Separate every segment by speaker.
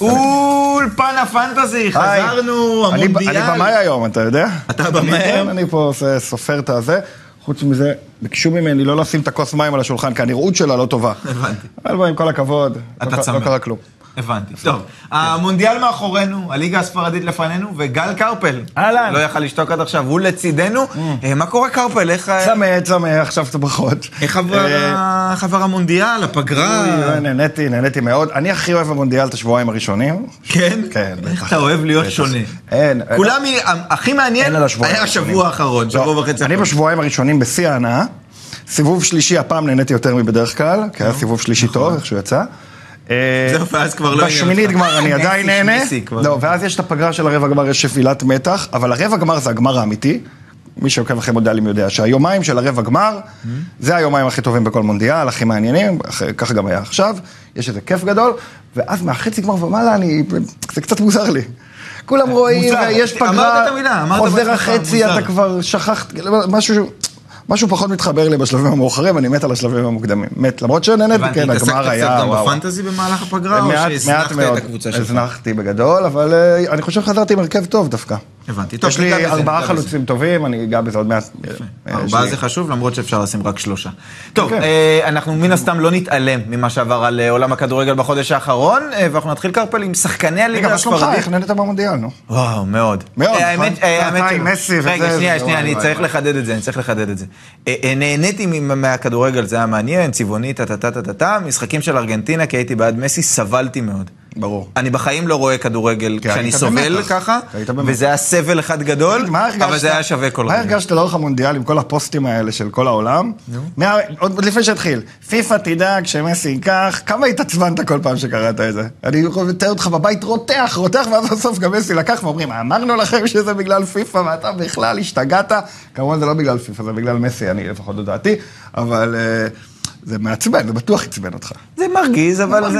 Speaker 1: אולפן הפנטזי, חזרנו,
Speaker 2: אני-
Speaker 1: המונדיאל.
Speaker 2: אני במאי היום, אתה יודע?
Speaker 1: אתה במאי
Speaker 2: אני-
Speaker 1: היום?
Speaker 2: אני פה עושה- סופר את הזה. חוץ מזה, ביקשו ממני לא לשים את הכוס מים על השולחן, כי הנראות שלה לא טובה.
Speaker 1: הבנתי.
Speaker 2: אבל בוא, עם כל הכבוד, לא
Speaker 1: אתה
Speaker 2: ק-
Speaker 1: צמא.
Speaker 2: לא קרה כלום.
Speaker 1: הבנתי. טוב, המונדיאל מאחורינו, הליגה הספרדית לפנינו, וגל קרפל.
Speaker 2: אהלן. Mm.
Speaker 1: לא יכל לשתוק עד עכשיו, הוא לצידנו. אה, מה קורה קרפל? איך ה-
Speaker 2: צמא, צמא, עכשיו את הברכות.
Speaker 1: איך עבר
Speaker 2: אה,
Speaker 1: ה- איך עבר המונדיאל, הפגרה?
Speaker 2: אוי, אה, נהניתי, נהניתי מאוד. אני הכי אוהב במונדיאל את השבועיים הראשונים.
Speaker 1: כן?
Speaker 2: כן, בטח.
Speaker 1: איך אתה אוהב להיות
Speaker 2: בטח.
Speaker 1: שונה.
Speaker 2: אין, אין.
Speaker 1: כולם, מ- הכי מעניין,
Speaker 2: אין על השבועיים
Speaker 1: היה
Speaker 2: הראשונים.
Speaker 1: השבוע האחרון, שבוע
Speaker 2: לא,
Speaker 1: וחצי
Speaker 2: אני
Speaker 1: האחרון.
Speaker 2: בשבועיים הראשונים בשיא ההנאה. סיבוב שלישי, הפעם נהניתי יותר מבדרך כלל, כי היה סיבוב שלישי טוב, איך שהוא יצא. אה,
Speaker 1: אה? נכון. זהו, ואז כבר לא עניין
Speaker 2: בשמינית
Speaker 1: אותך.
Speaker 2: גמר אני
Speaker 1: אה,
Speaker 2: עדיין
Speaker 1: נסי,
Speaker 2: נהנה.
Speaker 1: נסי כבר.
Speaker 2: לא, ואז יש את הפגרה של הרבע גמר, יש שפילת מתח, אבל הרבע גמר זה הגמר האמיתי. מי שעוקב אחרי מונדיאלים יודע שהיומיים של הרבע גמר,
Speaker 1: Mm-hmm.
Speaker 2: זה היומיים הכי טובים בכל מונדיאל, הכי מעניינים, אחרי- ככה גם היה עכשיו, יש איזה כיף גדול, ואז מהחצי גמר ומעלה, אני, זה קצת מוזר לי. כולם רואים,
Speaker 1: אה, מוזר.
Speaker 2: יש
Speaker 1: אמרת
Speaker 2: פגרה,
Speaker 1: את המילה, אמרת בעצמך,
Speaker 2: חוזר החצי,
Speaker 1: מוזר.
Speaker 2: אתה כבר שכחת, משהו... משהו פחות מתחבר לי בשלבים המאוחרים, אני מת על השלבים המוקדמים. מת, למרות שנהניתי,
Speaker 1: הבנתי,
Speaker 2: כן,
Speaker 1: התעסקת
Speaker 2: הגמר היה...
Speaker 1: קצת גם
Speaker 2: וואו.
Speaker 1: בפנטזי במהלך הפגרה, או
Speaker 2: מעט- מעט
Speaker 1: שהזנחת
Speaker 2: מאוד.
Speaker 1: את הקבוצה שלך?
Speaker 2: הזנחתי בגדול, אבל אה, אני חושב שחזרתי עם הרכב טוב דווקא.
Speaker 1: הבנתי. טוב,
Speaker 2: יש
Speaker 1: ניגע
Speaker 2: לי
Speaker 1: בזה, ניגע
Speaker 2: ארבעה
Speaker 1: בזה.
Speaker 2: חלוצים טובים, אני אגע בזה עוד מעט. אה, יש
Speaker 1: ארבעה
Speaker 2: לי-
Speaker 1: זה חשוב, למרות שאפשר לשים רק שלושה. טוב,
Speaker 2: כן.
Speaker 1: אה, אנחנו מן הסתם לא נתעלם ממה שעבר על אה, עולם הכדורגל בחודש האחרון, אה, ואנחנו נתחיל קרפל עם שחקני
Speaker 2: רגע,
Speaker 1: הליגה
Speaker 2: מה שלומך? איך
Speaker 1: הספרדית.
Speaker 2: נהנית במונדיאל, נו?
Speaker 1: וואו, מאוד.
Speaker 2: מאוד,
Speaker 1: אה,
Speaker 2: נכון?
Speaker 1: האמת, אה, האמת
Speaker 2: אתה עם
Speaker 1: שלא.
Speaker 2: מסי וזה,
Speaker 1: רגע, שנייה,
Speaker 2: זה-
Speaker 1: שנייה,
Speaker 2: וואי,
Speaker 1: אני
Speaker 2: וואי,
Speaker 1: צריך
Speaker 2: וואי.
Speaker 1: לחדד את זה, אני צריך לחדד את זה. אה, אה, נהניתי מ- מהכדורגל, זה היה מעניין, צבעוני, טה-טה-טה-טה, משחקים של ארגנטינה, כי הייתי בעד מסי, סבלתי מאוד.
Speaker 2: ברור.
Speaker 1: אני בחיים לא רואה כדורגל
Speaker 2: כי
Speaker 1: כשאני
Speaker 2: היית
Speaker 1: סובל
Speaker 2: במתח.
Speaker 1: ככה,
Speaker 2: כי היית במתח.
Speaker 1: וזה היה סבל אחד גדול,
Speaker 2: לא, מה הרגשת?
Speaker 1: אבל זה היה שווה כל
Speaker 2: מה
Speaker 1: רגע.
Speaker 2: הרגשת לאורך המונדיאל עם כל הפוסטים האלה של כל העולם? מה- עוד עוד לפני שהתחיל, פיפ"א תדאג שמסי ייקח, כמה התעצבנת כל פעם שקראת את זה? אני מתאר אותך בבית רותח, רותח, ואז בסוף גם מסי לקח, ואומרים, אמרנו לכם שזה בגלל פיפ"א, ואתה בכלל השתגעת. כמובן זה לא בגלל פיפ"א, זה בגלל מסי, אני לפחות הודעתי, אבל אה, זה מעצבן, זה בטוח עצבן אותך.
Speaker 1: זה מרגיז, אבל זה...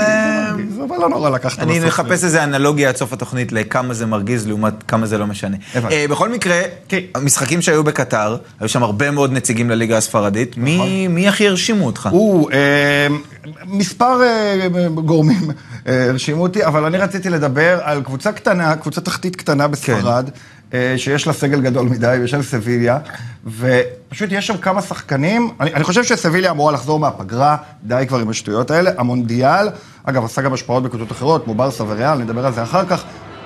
Speaker 2: מרגיז, אבל לא נורא לקחת
Speaker 1: אה, אני
Speaker 2: בסוף.
Speaker 1: נחפש איזה אנלוגיה עד סוף התוכנית לכמה זה מרגיז לעומת כמה זה לא משנה.
Speaker 2: הבנתי.
Speaker 1: אה, בכל מקרה,
Speaker 2: כן.
Speaker 1: המשחקים שהיו בקטר, היו שם הרבה מאוד נציגים לליגה הספרדית. מי מי הכי הרשימו אותך?
Speaker 2: נכון. הוא, אה, מספר אה, גורמים אה, הרשימו אותי, אבל אני רציתי לדבר על קבוצה קטנה, קבוצה תחתית קטנה בספרד, אה, שיש לה סגל גדול מדי, בשם סביליה, ופשוט יש שם כמה שחקנים, אני, אני חושב שסביליה אמורה לחזור מהפגרה, די כבר עם השטויות האלה, המונדיאל, אגב, עשה גם השפעות בקבוצות אחרות, כמו ברסה וריאל, נדבר על זה אחר כך.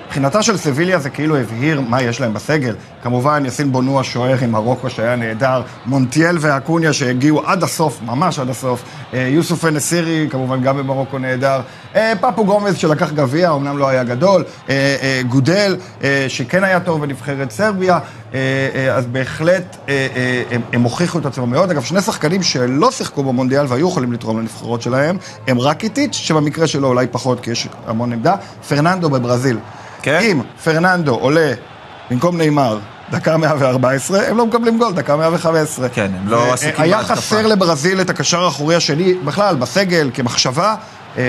Speaker 2: מבחינתה של סביליה זה כאילו הבהיר מה יש להם בסגל. כמובן, יאסין בונו השוער עם מרוקו שהיה נהדר, מונטיאל ואקוניה שהגיעו עד הסוף, ממש עד הסוף, אה, יוסוף הנסירי כמובן גם במרוקו נהדר, אה, פפו גומז שלקח גביע, אמנם לא היה גדול, אה, אה, גודל אה, שכן היה טוב בנבחרת סרביה, אה, אה, אז בהחלט אה, אה, הם- הם הוכיחו את עצמם מאוד. אגב, שני שחקנים שלא שיחקו במונדיאל והיו יכולים לתרום לנבחרות שלהם, הם רקיטיץ', שבמקרה שלו אולי פחות כי יש המון עמדה, פרננדו בברזיל.
Speaker 1: כן?
Speaker 2: אם פרננדו עולה במקום נאמר דקה 114, הם לא מקבלים גול, דקה 115.
Speaker 1: כן, הם לא
Speaker 2: אה,
Speaker 1: עסוקים
Speaker 2: אה, היה
Speaker 1: בהתקפה.
Speaker 2: חסר לברזיל את הקשר האחורי השני, בכלל, בסגל, כמחשבה. אה,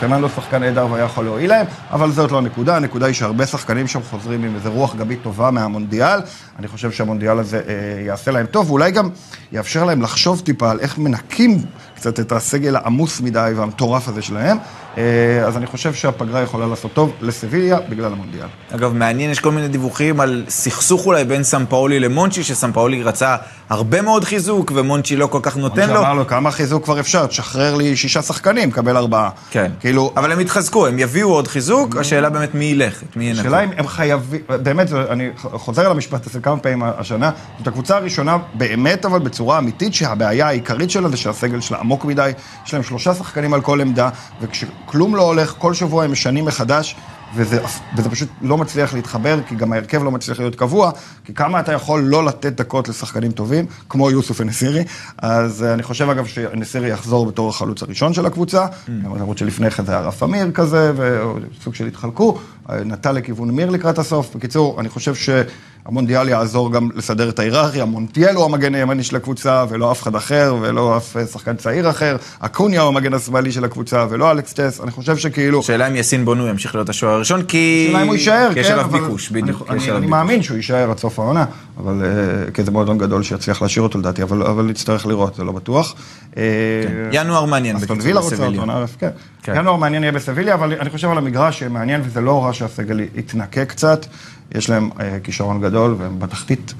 Speaker 2: פרננדו שחקן נהדר והיה יכול להועיל להם, אבל זאת לא הנקודה, הנקודה היא שהרבה שחקנים שם חוזרים עם איזו רוח גבית טובה מהמונדיאל. אני חושב שהמונדיאל הזה אה, יעשה להם טוב, ואולי גם יאפשר להם לחשוב טיפה על איך מנקים קצת את הסגל העמוס מדי והמטורף הזה שלהם. אה, אז אני חושב שהפגרה יכולה לעשות טוב לסביליה בגלל המונדיאל.
Speaker 1: אגב, מעניין, יש כל מיני דיווחים על סכסוך אולי בין סמפאולי למונצ'י, שסמפאולי רצה הרבה מאוד חיזוק, ומונצ'י לא כל כך נותן לו.
Speaker 2: שאמר לו, כמה חיזוק כבר אפשר? תשחרר לי שישה שחקנים, קבל ארבעה.
Speaker 1: כן.
Speaker 2: כאילו,
Speaker 1: אבל הם יתחזקו, הם יביאו עוד חיזוק, השאלה באמת מי ילך, את מי ינקו.
Speaker 2: השאלה אם הם חייבים, באמת, זה- אני ח- חוזר על המשפט הזה כמה פעמים השנה, זאת הקבוצה הראשונה באמת, אבל בצורה אמיתית, שהבעיה העיקרית שלה זה שהסגל שלה עמוק מדי, יש להם שלושה שחקנים על כל עמדה, וכשכלום לא הולך, כל שבוע הם משנים מחדש. וזה, וזה פשוט לא מצליח להתחבר, כי גם ההרכב לא מצליח להיות קבוע, כי כמה אתה יכול לא לתת דקות לשחקנים טובים, כמו יוסוף הנסירי. אז אה, אני חושב, אגב, שהנסירי יחזור בתור החלוץ הראשון של הקבוצה, למרות שלפני כן זה היה רף אמיר כזה, וסוג של התחלקו, אה, נטה לכיוון מיר לקראת הסוף. בקיצור, אני חושב שהמונדיאל יעזור גם לסדר את ההיררכיה. מונטיאל הוא המגן הימני של הקבוצה, ולא אף אחד אחר, ולא אף אה, שחקן צעיר אחר. אקוניה הוא המגן השמאלי של הקבוצה, ולא אלכס טס. אני חושב שכאילו...
Speaker 1: שאלה אם יאסין בונו ימשיך להיות השוער הראשון, כי...
Speaker 2: השאלה אם הוא יישאר,
Speaker 1: כי יש
Speaker 2: כן,
Speaker 1: עליו
Speaker 2: אבל
Speaker 1: ביקוש,
Speaker 2: אני-
Speaker 1: בדיוק. כי
Speaker 2: אני-
Speaker 1: יש עליו
Speaker 2: אני
Speaker 1: ביקוש.
Speaker 2: מאמין שהוא יישאר עד סוף העונה, אבל אה, כי זה מועדון גדול שיצליח להשאיר אותו לדעתי, אבל- אבל נצטרך לראות, זה לא בטוח. אה,
Speaker 1: כן. ינואר מעניין,
Speaker 2: אסטון
Speaker 1: בקיצור,
Speaker 2: וילה רוצה
Speaker 1: בסביליה.
Speaker 2: אותו, נערף, כן.
Speaker 1: כן.
Speaker 2: ינואר מעניין יהיה בסביליה, אבל אני חושב על המגרש שמעניין, וזה לא רע שהסגל יתנקה קצת. יש להם אה, כישרון גדול, והם בתחתית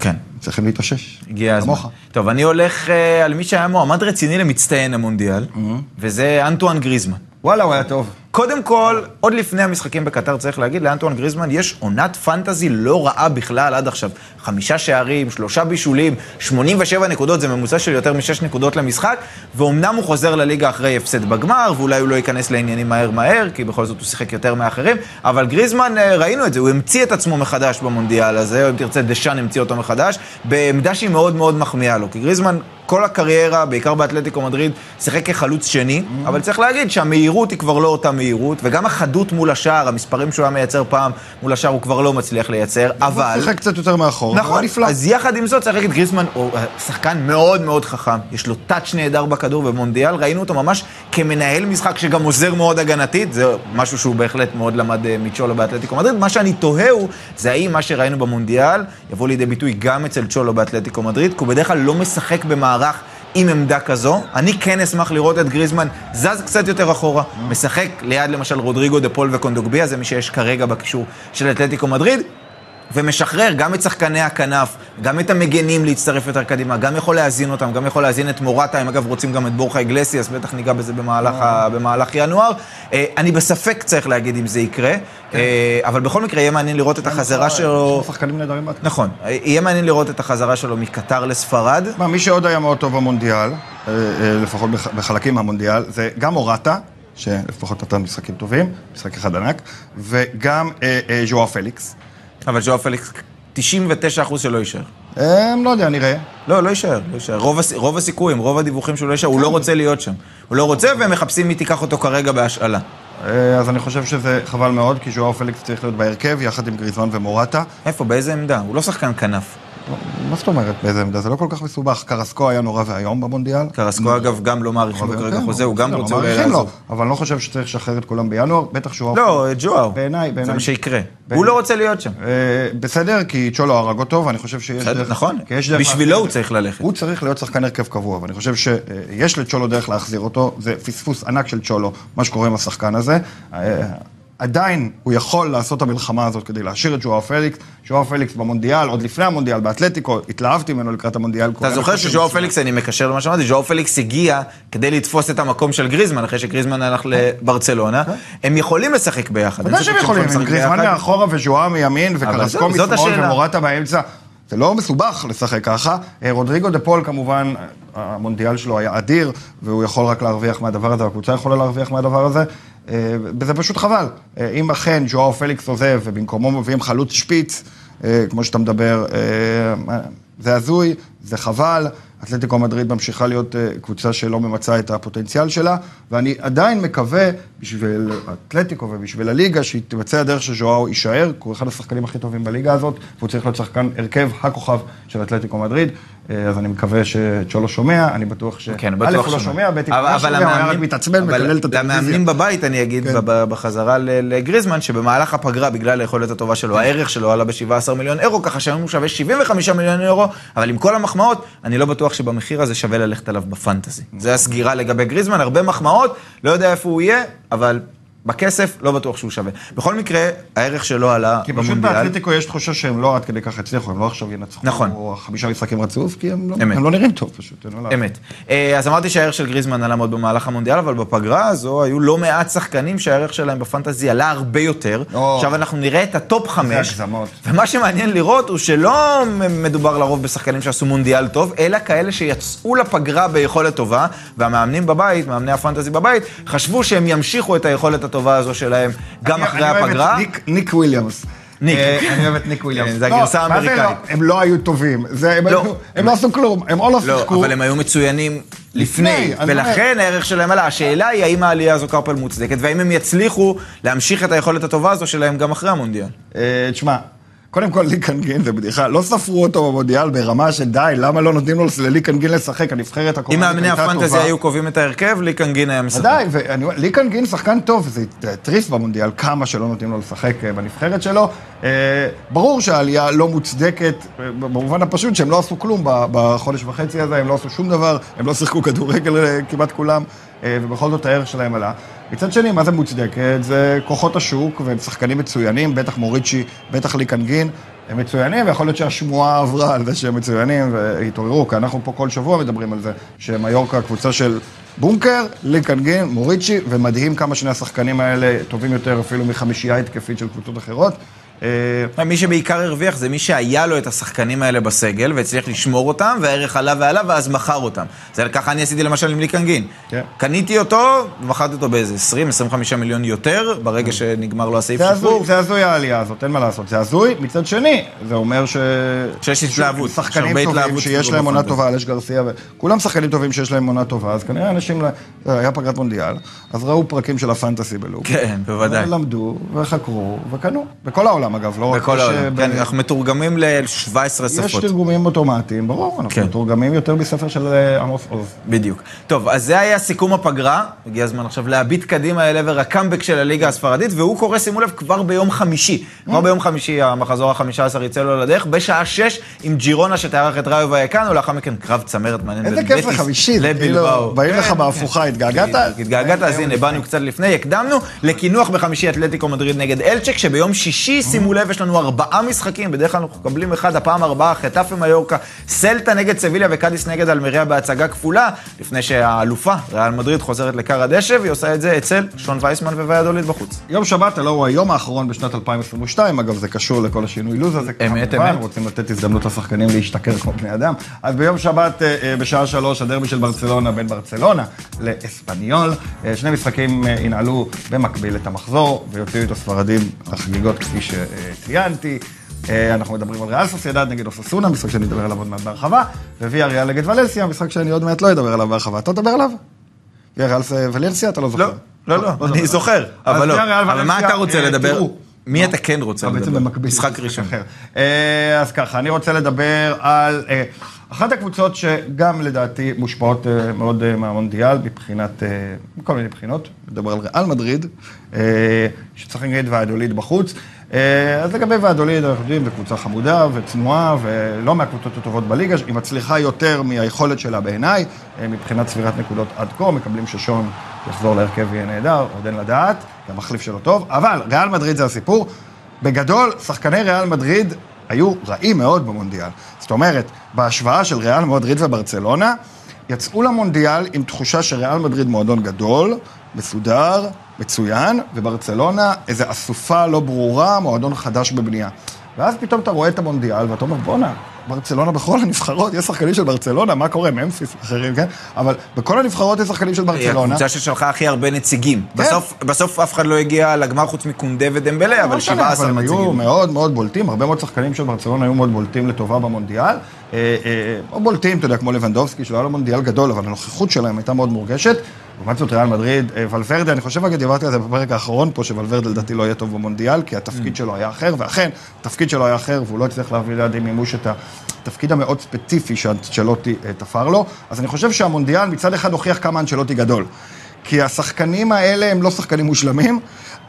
Speaker 1: כן,
Speaker 2: צריכים להתאושש.
Speaker 1: הגיע הזמן.
Speaker 2: כמוך.
Speaker 1: טוב, אני הולך אה, על מי שהיה מועמד רציני למצטיין המונדיאל, וזה אנטואן גריזמן.
Speaker 2: וואלה, הוא היה טוב.
Speaker 1: קודם כל, עוד לפני המשחקים בקטר, צריך להגיד, לאנטואן גריזמן יש עונת פנטזי לא רעה בכלל עד עכשיו. חמישה שערים, שלושה בישולים, 87 נקודות, זה ממוצע של יותר משש נקודות למשחק, ואומנם הוא חוזר לליגה אחרי הפסד בגמר, ואולי הוא לא ייכנס לעניינים מהר מהר, כי בכל זאת הוא שיחק יותר מאחרים, אבל גריזמן, אה, ראינו את זה, הוא המציא את עצמו מחדש במונדיאל הזה, או אם תרצה, דשאן המציא אותו מחדש, בעמדה שהיא מאוד מאוד מחמיאה לו, כי גריזמן... כל הקריירה, בעיקר באתלטיקו מדריד, שיחק כחלוץ שני, אבל צריך להגיד שהמהירות היא כבר לא אותה מהירות, וגם החדות מול השער, המספרים שהוא היה מייצר פעם מול השער הוא כבר לא מצליח לייצר, אבל...
Speaker 2: הוא שיחק קצת יותר מאחור. אבל הוא
Speaker 1: נכון,
Speaker 2: היה נפלא.
Speaker 1: אז יחד עם זאת צריך להגיד, גריזמן הוא אה, שחקן מאוד מאוד חכם, יש לו טאץ' נהדר בכדור ובמונדיאל, ראינו אותו ממש כמנהל משחק שגם עוזר מאוד הגנתית, זה משהו שהוא בהחלט מאוד למד אה, מצ'ולו באתלטיקו מדריד. מה שאני תוהה הוא, זה האם מה שראינו במונדיאל יבוא לידי ביטוי גם אצל צ'ולו באתלטיקו מדריד, כי הוא בדרך כלל לא משחק במערך. עם עמדה כזו, אני כן אשמח לראות את גריזמן זז קצת יותר אחורה, משחק ליד למשל רודריגו דה פול וקונדוגביה, זה מי שיש כרגע בקישור של אתלטיקו מדריד, ומשחרר גם את שחקני הכנף, גם את המגנים להצטרף יותר קדימה, גם יכול להזין אותם, גם יכול להזין את מורטה, הם אגב רוצים גם את בורחה אגלסיאס, בטח ניגע בזה במהלך, ה, במהלך ינואר. אה, אני בספק צריך להגיד אם זה יקרה, אה, אבל בכל מקרה יהיה מעניין לראות את החזרה
Speaker 2: אה, יש
Speaker 1: שלו...
Speaker 2: לו שחקנים נהדרים בהתקפה.
Speaker 1: נכון, אה, יהיה מעניין לראות את החזרה שלו מקטר לספרד.
Speaker 2: מה, מי שעוד היה מאוד טוב במונדיאל, אה, אה, לפחות בח- בחלקים מהמונדיאל, זה גם אורטה, שלפחות נתן משחקים טובים, משחק אחד ענק, וגם אה, אה, ז'ואר פליקס.
Speaker 1: אבל ז'ואר פליקס, 99% שלא יישאר.
Speaker 2: אה, לא יודע, נראה.
Speaker 1: לא, לא יישאר, לא יישאר. רוב, הס... רוב הסיכויים, רוב הדיווחים שהוא לא יישאר, הוא לא רוצה להיות שם. הוא לא רוצה, והם מחפשים מי תיקח אותו כרגע בהשאלה.
Speaker 2: אה, אז אני חושב שזה חבל מאוד, כי ז'ואר פליקס צריך להיות בהרכב, יחד עם גריזמן ומורטה.
Speaker 1: איפה, באיזה עמדה? הוא לא שחקן כנף.
Speaker 2: מה זאת אומרת באיזה עמדה? זה לא כל כך מסובך. קרסקו היה נורא ואיום במונדיאל.
Speaker 1: קרסקו, אגב, גם לא מעריך לו
Speaker 2: אבל
Speaker 1: כרגע
Speaker 2: כן,
Speaker 1: חוזה, הוא גם
Speaker 2: בסדר,
Speaker 1: רוצה אולי
Speaker 2: מעריכים לו,
Speaker 1: לעזוב.
Speaker 2: אבל אני לא חושב שצריך לשחרר את כולם בינואר, בטח ז'ואר
Speaker 1: לא, ג'ואר.
Speaker 2: בעיניי, בעיניי.
Speaker 1: זה מה שיקרה.
Speaker 2: בעיניי.
Speaker 1: הוא לא רוצה להיות שם.
Speaker 2: אה, בסדר, כי צ'ולו הרג אותו, ואני חושב שיש
Speaker 1: בסדר,
Speaker 2: דרך...
Speaker 1: נכון.
Speaker 2: כי יש דרך
Speaker 1: בשבילו
Speaker 2: להחזיר
Speaker 1: הוא
Speaker 2: את זה.
Speaker 1: צריך ללכת.
Speaker 2: הוא צריך להיות שחקן הרכב קבוע, ואני חושב שיש לצ'ולו דרך להחזיר אותו, זה פספוס ענק של צ'ולו, מה שקורה עם השחקן הזה. אה, עדיין הוא יכול לעשות את המלחמה הזאת כדי להשאיר את ז'ואר פליקס. ז'ואר פליקס במונדיאל, עוד לפני המונדיאל, באתלטיקו, התלהבתי ממנו לקראת המונדיאל.
Speaker 1: אתה זוכר שז'ואר פליקס, אני מקשר למה שאמרתי, ז'ואר פליקס הגיע כדי לתפוס את המקום של גריזמן, אחרי שגריזמן הלך לברצלונה. הם יכולים לשחק ביחד.
Speaker 2: אתה יודע
Speaker 1: אין ספק
Speaker 2: כן. שהם יכולים, עם
Speaker 1: לשחק
Speaker 2: גריזמן
Speaker 1: ביחד.
Speaker 2: מאחורה וז'ואה מימין וקרסקו
Speaker 1: זהו, זאת
Speaker 2: משמאל
Speaker 1: השאלה.
Speaker 2: ומורטה באמצע. זה לא מסובך לשחק ככה. אה, רודריגו דה פול כמובן, אה, המונדיאל שלו היה אדיר, והוא יכול רק להרוויח מהדבר הזה, והקבוצה יכולה להרוויח מהדבר הזה, אה, וזה פשוט חבל. אה, אם אכן ז'ואר פליקס עוזב ובמקומו מביאים חלוץ שפיץ, אה, כמו שאתה מדבר, אה, זה הזוי, זה חבל. אתלטיקו מדריד ממשיכה להיות אה, קבוצה שלא ממצה את הפוטנציאל שלה, ואני עדיין מקווה, בשביל אתלטיקו ובשביל הליגה, שהיא תמצא הדרך שז'ואאו יישאר, כי הוא אחד השחקנים הכי טובים בליגה הזאת, והוא צריך להיות שחקן הרכב הכוכב של אתלטיקו מדריד, אה, אז אני מקווה שצ'ולו שומע, אני בטוח ש...
Speaker 1: כן, בטוח
Speaker 2: א', הוא לא שומע, ב', הוא
Speaker 1: אבל-
Speaker 2: לא
Speaker 1: אבל
Speaker 2: שומע, הוא היה רק
Speaker 1: המאמנים-
Speaker 2: מתעצבן,
Speaker 1: אבל
Speaker 2: מקלל את הטלוויזיה.
Speaker 1: למאמנים בבית, אני אגיד,
Speaker 2: כן.
Speaker 1: ב- בחזרה ל- לגריזמן, שבמהלך הפגרה, בגלל היכולת הטובה
Speaker 2: כן.
Speaker 1: שלו, הערך שלו עלה ב-17 מיליון אירו, ככה שהיום הוא שווה 75 מיליון אירו, אבל עם כל המחמאות, אני לא בטוח שבמחיר הזה שווה ללכת עליו בפנטזי. זה הסגירה לגבי גריזמן, הרבה מחמאות, לא יודע איפה הוא יהיה, אבל... בכסף, לא בטוח שהוא שווה. בכל מקרה, הערך שלו עלה
Speaker 2: כי פשוט
Speaker 1: במונדיאל.
Speaker 2: באתלטיקו יש תחושה שהם לא עד כדי כך הצליחו, הם לא עכשיו ינצחו.
Speaker 1: נכון.
Speaker 2: או חמישה משחקים רצוף, כי הם לא,
Speaker 1: אמת.
Speaker 2: הם לא נראים טוב פשוט. אין מה לעשות.
Speaker 1: אמת. אה, אז אמרתי שהערך של גריזמן עלה מאוד במהלך המונדיאל, אבל בפגרה הזו היו לא מעט שחקנים שהערך שלהם בפנטזי עלה הרבה יותר.
Speaker 2: או.
Speaker 1: עכשיו אנחנו נראה את הטופ חמש.
Speaker 2: הגזמות.
Speaker 1: ומה שמעניין לראות הוא שלא מדובר לרוב בשחקנים שעשו מונדיאל טוב, אלא כאלה שיצאו לפגרה ביכולת טובה, והמאמנים בבית, מאמני הפנטזי בבית, חשבו שהם ימשיכו את היכולת הטובה הזו שלהם גם
Speaker 2: אני-
Speaker 1: אחרי
Speaker 2: אני אוהב
Speaker 1: הפגרה.
Speaker 2: את ניק- ניק וויליאמס.
Speaker 1: ניק.
Speaker 2: אה, אני אוהב את ניק וויליאמס.
Speaker 1: כן, זה
Speaker 2: לא,
Speaker 1: הגרסה
Speaker 2: מה זה לא?
Speaker 1: האמריקאית.
Speaker 2: הם לא היו טובים. זה- הם
Speaker 1: לא.
Speaker 2: היו- הם לא עשו כלום, הם או לא
Speaker 1: לא,
Speaker 2: שיחקו.
Speaker 1: אבל הם היו מצוינים לפני,
Speaker 2: אני
Speaker 1: ולכן הערך שלהם עלה. השאלה היא האם העלייה הזו קרפל מוצדקת, והאם הם יצליחו להמשיך את היכולת הטובה הזו שלהם גם אחרי המונדיאל.
Speaker 2: אה, תשמע, קודם כל ליקנגין זה בדיחה, לא ספרו אותו במונדיאל ברמה שדי, למה לא נותנים לו לליקנגין לשחק, הנבחרת
Speaker 1: אם
Speaker 2: הקומונית
Speaker 1: מאמני
Speaker 2: הייתה טובה.
Speaker 1: הפנטזי היו קובעים את ההרכב, ליקנגין היה משחק.
Speaker 2: ודאי, ואני אומר, ליקנגין שחקן טוב, זה התריס במונדיאל, כמה שלא נותנים לו לשחק אה, בנבחרת שלו. אה, ברור שהעלייה לא מוצדקת, אה, במובן הפשוט שהם לא עשו כלום ב- בחודש וחצי הזה, הם לא עשו שום דבר, הם לא שיחקו כדורגל אה, כמעט כולם, אה, ובכל זאת הערך שלהם עלה. מצד שני, מה זה מוצדקת? זה כוחות השוק, והם שחקנים מצוינים, בטח מוריצ'י, בטח ליקנגין. הם מצוינים, ויכול להיות שהשמועה עברה על זה שהם מצוינים והתעוררו, כי אנחנו פה כל שבוע מדברים על זה, שמיורקה קבוצה של בונקר, ליקנגין, מוריצ'י, ומדהים כמה שני השחקנים האלה טובים יותר אפילו מחמישייה התקפית של קבוצות אחרות. אה,
Speaker 1: מי שבעיקר הרוויח זה מי שהיה לו את השחקנים האלה בסגל, והצליח לשמור אותם, והערך עלה ועלה, ואז מכר אותם. זה ככה אני עשיתי למשל עם ליקנגין.
Speaker 2: כן.
Speaker 1: קניתי אותו, ומכרתי אותו באיזה 20-25 מיליון יותר, ברגע שנגמר לו הסעיף
Speaker 2: זה
Speaker 1: שחרור.
Speaker 2: הזוי, כן. זה הזוי העלייה הזאת, אין מה לעשות, זה הזוי. מצד שני, זה אומר ש...
Speaker 1: שיש התלהבות, יש
Speaker 2: שחקנים
Speaker 1: הרבה
Speaker 2: טובים
Speaker 1: התלהבות נכון
Speaker 2: שיש
Speaker 1: אפילו
Speaker 2: להם עונה
Speaker 1: בפנטזי.
Speaker 2: טובה, אלש גרסיה, וכולם שחקנים טובים שיש להם עונה טובה, אז כנראה אנשים, לא- היה פגרת מונדיאל, אז ראו פרקים של הפנטסי בלופ.
Speaker 1: כן, בוודאי.
Speaker 2: למדו, וחקרו, וקנו. בכל העולם אגב, לא רק...
Speaker 1: בכל
Speaker 2: יש,
Speaker 1: העולם.
Speaker 2: אה,
Speaker 1: כן,
Speaker 2: ב-
Speaker 1: אנחנו מתורגמים ל-17
Speaker 2: יש
Speaker 1: שפות.
Speaker 2: תרגומים אוטומטיים, ברור, אנחנו
Speaker 1: כן.
Speaker 2: מתורגמים יותר מספר של אה, עמוס עוז.
Speaker 1: בדיוק. טוב, אז זה היה סיכום הפגרה. הגיע הזמן עכשיו להביט קדימה אל עבר הקאמבק של הליגה הספרדית, והוא קורה, שימו לב, כבר ביום חמישי. כבר ביום חמישי המחזור ה-15 יצא לו לדרך, בשעה 6 עם ג'ירונה שתארח את ראיו ויקאנו, לאחר מכן קרב צמרת מעניין.
Speaker 2: איזה
Speaker 1: בין
Speaker 2: כיף
Speaker 1: בטיס
Speaker 2: לחמישי, זה כאילו,
Speaker 1: לבילבאו.
Speaker 2: באים
Speaker 1: כן,
Speaker 2: לך
Speaker 1: כן.
Speaker 2: בהפוכה, התגעגעת?
Speaker 1: בדיוק, התגעגעת, אז הנה, באנו קצת לפני, הקדמנו לקינוח בחמישי אתלטיקו מדריד נגד אלצ'ק, שביום שישי, שימו לב, יש לנו ארבעה משחקים, בדרך כלל אנחנו מקבלים אחד, הפעם ארבעה, חטאפה מיורקה, סלטה נגד סביליה וקאדיס נגד אלמריה בהצגה כפולה, לפני שהאלופה, ריאל מדריד, חוזרת לכר הדשא, והיא עושה את זה אצל שון וייסמן וויאדוליד בחוץ.
Speaker 2: יום שבת, הלא הוא היום האחרון בשנת 2022, אגב, זה קשור לכל השינוי לו"ז הזה.
Speaker 1: אמת,
Speaker 2: כמובן,
Speaker 1: אמת.
Speaker 2: רוצים לתת הזדמנות לשחקנים להשתכר כמו בני אדם. אז ביום שבת, אה, אה, בשעה שלוש, הדרבי של ברצלונה בין ברצלונה לאספניול. אה, שני משחקים אה, ינעלו במקביל את המחזור, ויוציאו את הספרדים לחגיגות כפי שציינתי. אה, אנחנו מדברים על ריאל סוסיידד נגד אוססונה, משחק שאני אדבר עליו עוד מעט בהרחבה, וויה ריאל נגד ולנסיה, משחק שאני עוד מעט לא אדבר עליו בהרחבה. אתה תדבר עליו? ויה ריאל זה ולנסיה? אתה לא זוכר.
Speaker 1: לא, לא, לא,
Speaker 2: זוכר.
Speaker 1: אני זוכר,
Speaker 2: אז
Speaker 1: אבל לא.
Speaker 2: ויה ריאל
Speaker 1: אבל מה
Speaker 2: ולנסיה,
Speaker 1: אתה רוצה
Speaker 2: אה,
Speaker 1: לדבר?
Speaker 2: תראו.
Speaker 1: מי אתה כן רוצה
Speaker 2: אבל
Speaker 1: לדבר?
Speaker 2: בעצם במקביל.
Speaker 1: משחק ראשון.
Speaker 2: אחר. אה, אז ככה, אני רוצה לדבר על אה, אחת הקבוצות שגם לדעתי מושפעות אה, מאוד אה, מהמונדיאל מבחינת, אה, מכל מיני בחינות, מדבר על ריאל מדריד, אה, שצריך נגד ועדוליד בחוץ. אה, אז לגבי ועדוליד, אנחנו יודעים, זו קבוצה חמודה וצנועה ולא מהקבוצות הטובות בליגה, היא מצליחה יותר מהיכולת שלה בעיניי, אה, מבחינת צבירת נקודות עד כה, מקבלים ששון יחזור להרכב יהיה נהדר, עוד אין לדעת, כי המחליף שלו טוב, אבל ריאל מדריד זה הסיפור. בגדול, שחקני ריאל מדריד היו רעים מאוד במונדיאל. זאת אומרת, בהשוואה של ריאל מדריד וברצלונה, יצאו למונדיאל עם תחושה שריאל מדריד מועדון גדול, מסודר, מצוין, וברצלונה איזו אסופה לא ברורה, מועדון חדש בבנייה. ואז פתאום אתה רואה את המונדיאל ואתה אומר, בואנה, ברצלונה בכל הנבחרות, יש שחקנים של ברצלונה, מה קורה, ממפיס אחרים, כן? אבל בכל הנבחרות יש שחקנים של
Speaker 1: היא
Speaker 2: ברצלונה.
Speaker 1: אה, הקבוצה ששלחה הכי הרבה נציגים.
Speaker 2: כן.
Speaker 1: בסוף, בסוף אף אחד לא הגיע לגמר חוץ מקונדה ודמבלה, אוקיי, אבל
Speaker 2: לא משנה,
Speaker 1: 17
Speaker 2: אבל הם היו
Speaker 1: נציגים.
Speaker 2: מאוד מאוד בולטים, הרבה מאוד שחקנים של ברצלונה היו מאוד בולטים לטובה במונדיאל. אה, אה, לא בולטים, אתה יודע, כמו לבנדובסקי, שלא היה לו מונדיאל גדול, אבל הנוכחות שלהם הייתה מאוד מורגשת. לעומת זאת, ריאל מדריד, אה, ולוורדה, אני חושב, אגב, דיברתי על זה בפרק האחרון פה, שוולוורדה לדעתי לא יהיה טוב במונדיאל, כי התפקיד שלו היה אחר, ואכן, התפקיד שלו היה אחר, והוא לא הצליח להביא לידי מימוש את התפקיד המאוד ספציפי שאנצ'לוטי אה, תפר לו. אז אני חושב שהמונדיאל מצד אחד הוכיח כמה אנצ'לוטי גדול. כי השחקנים האלה הם לא שחקנים מושלמים,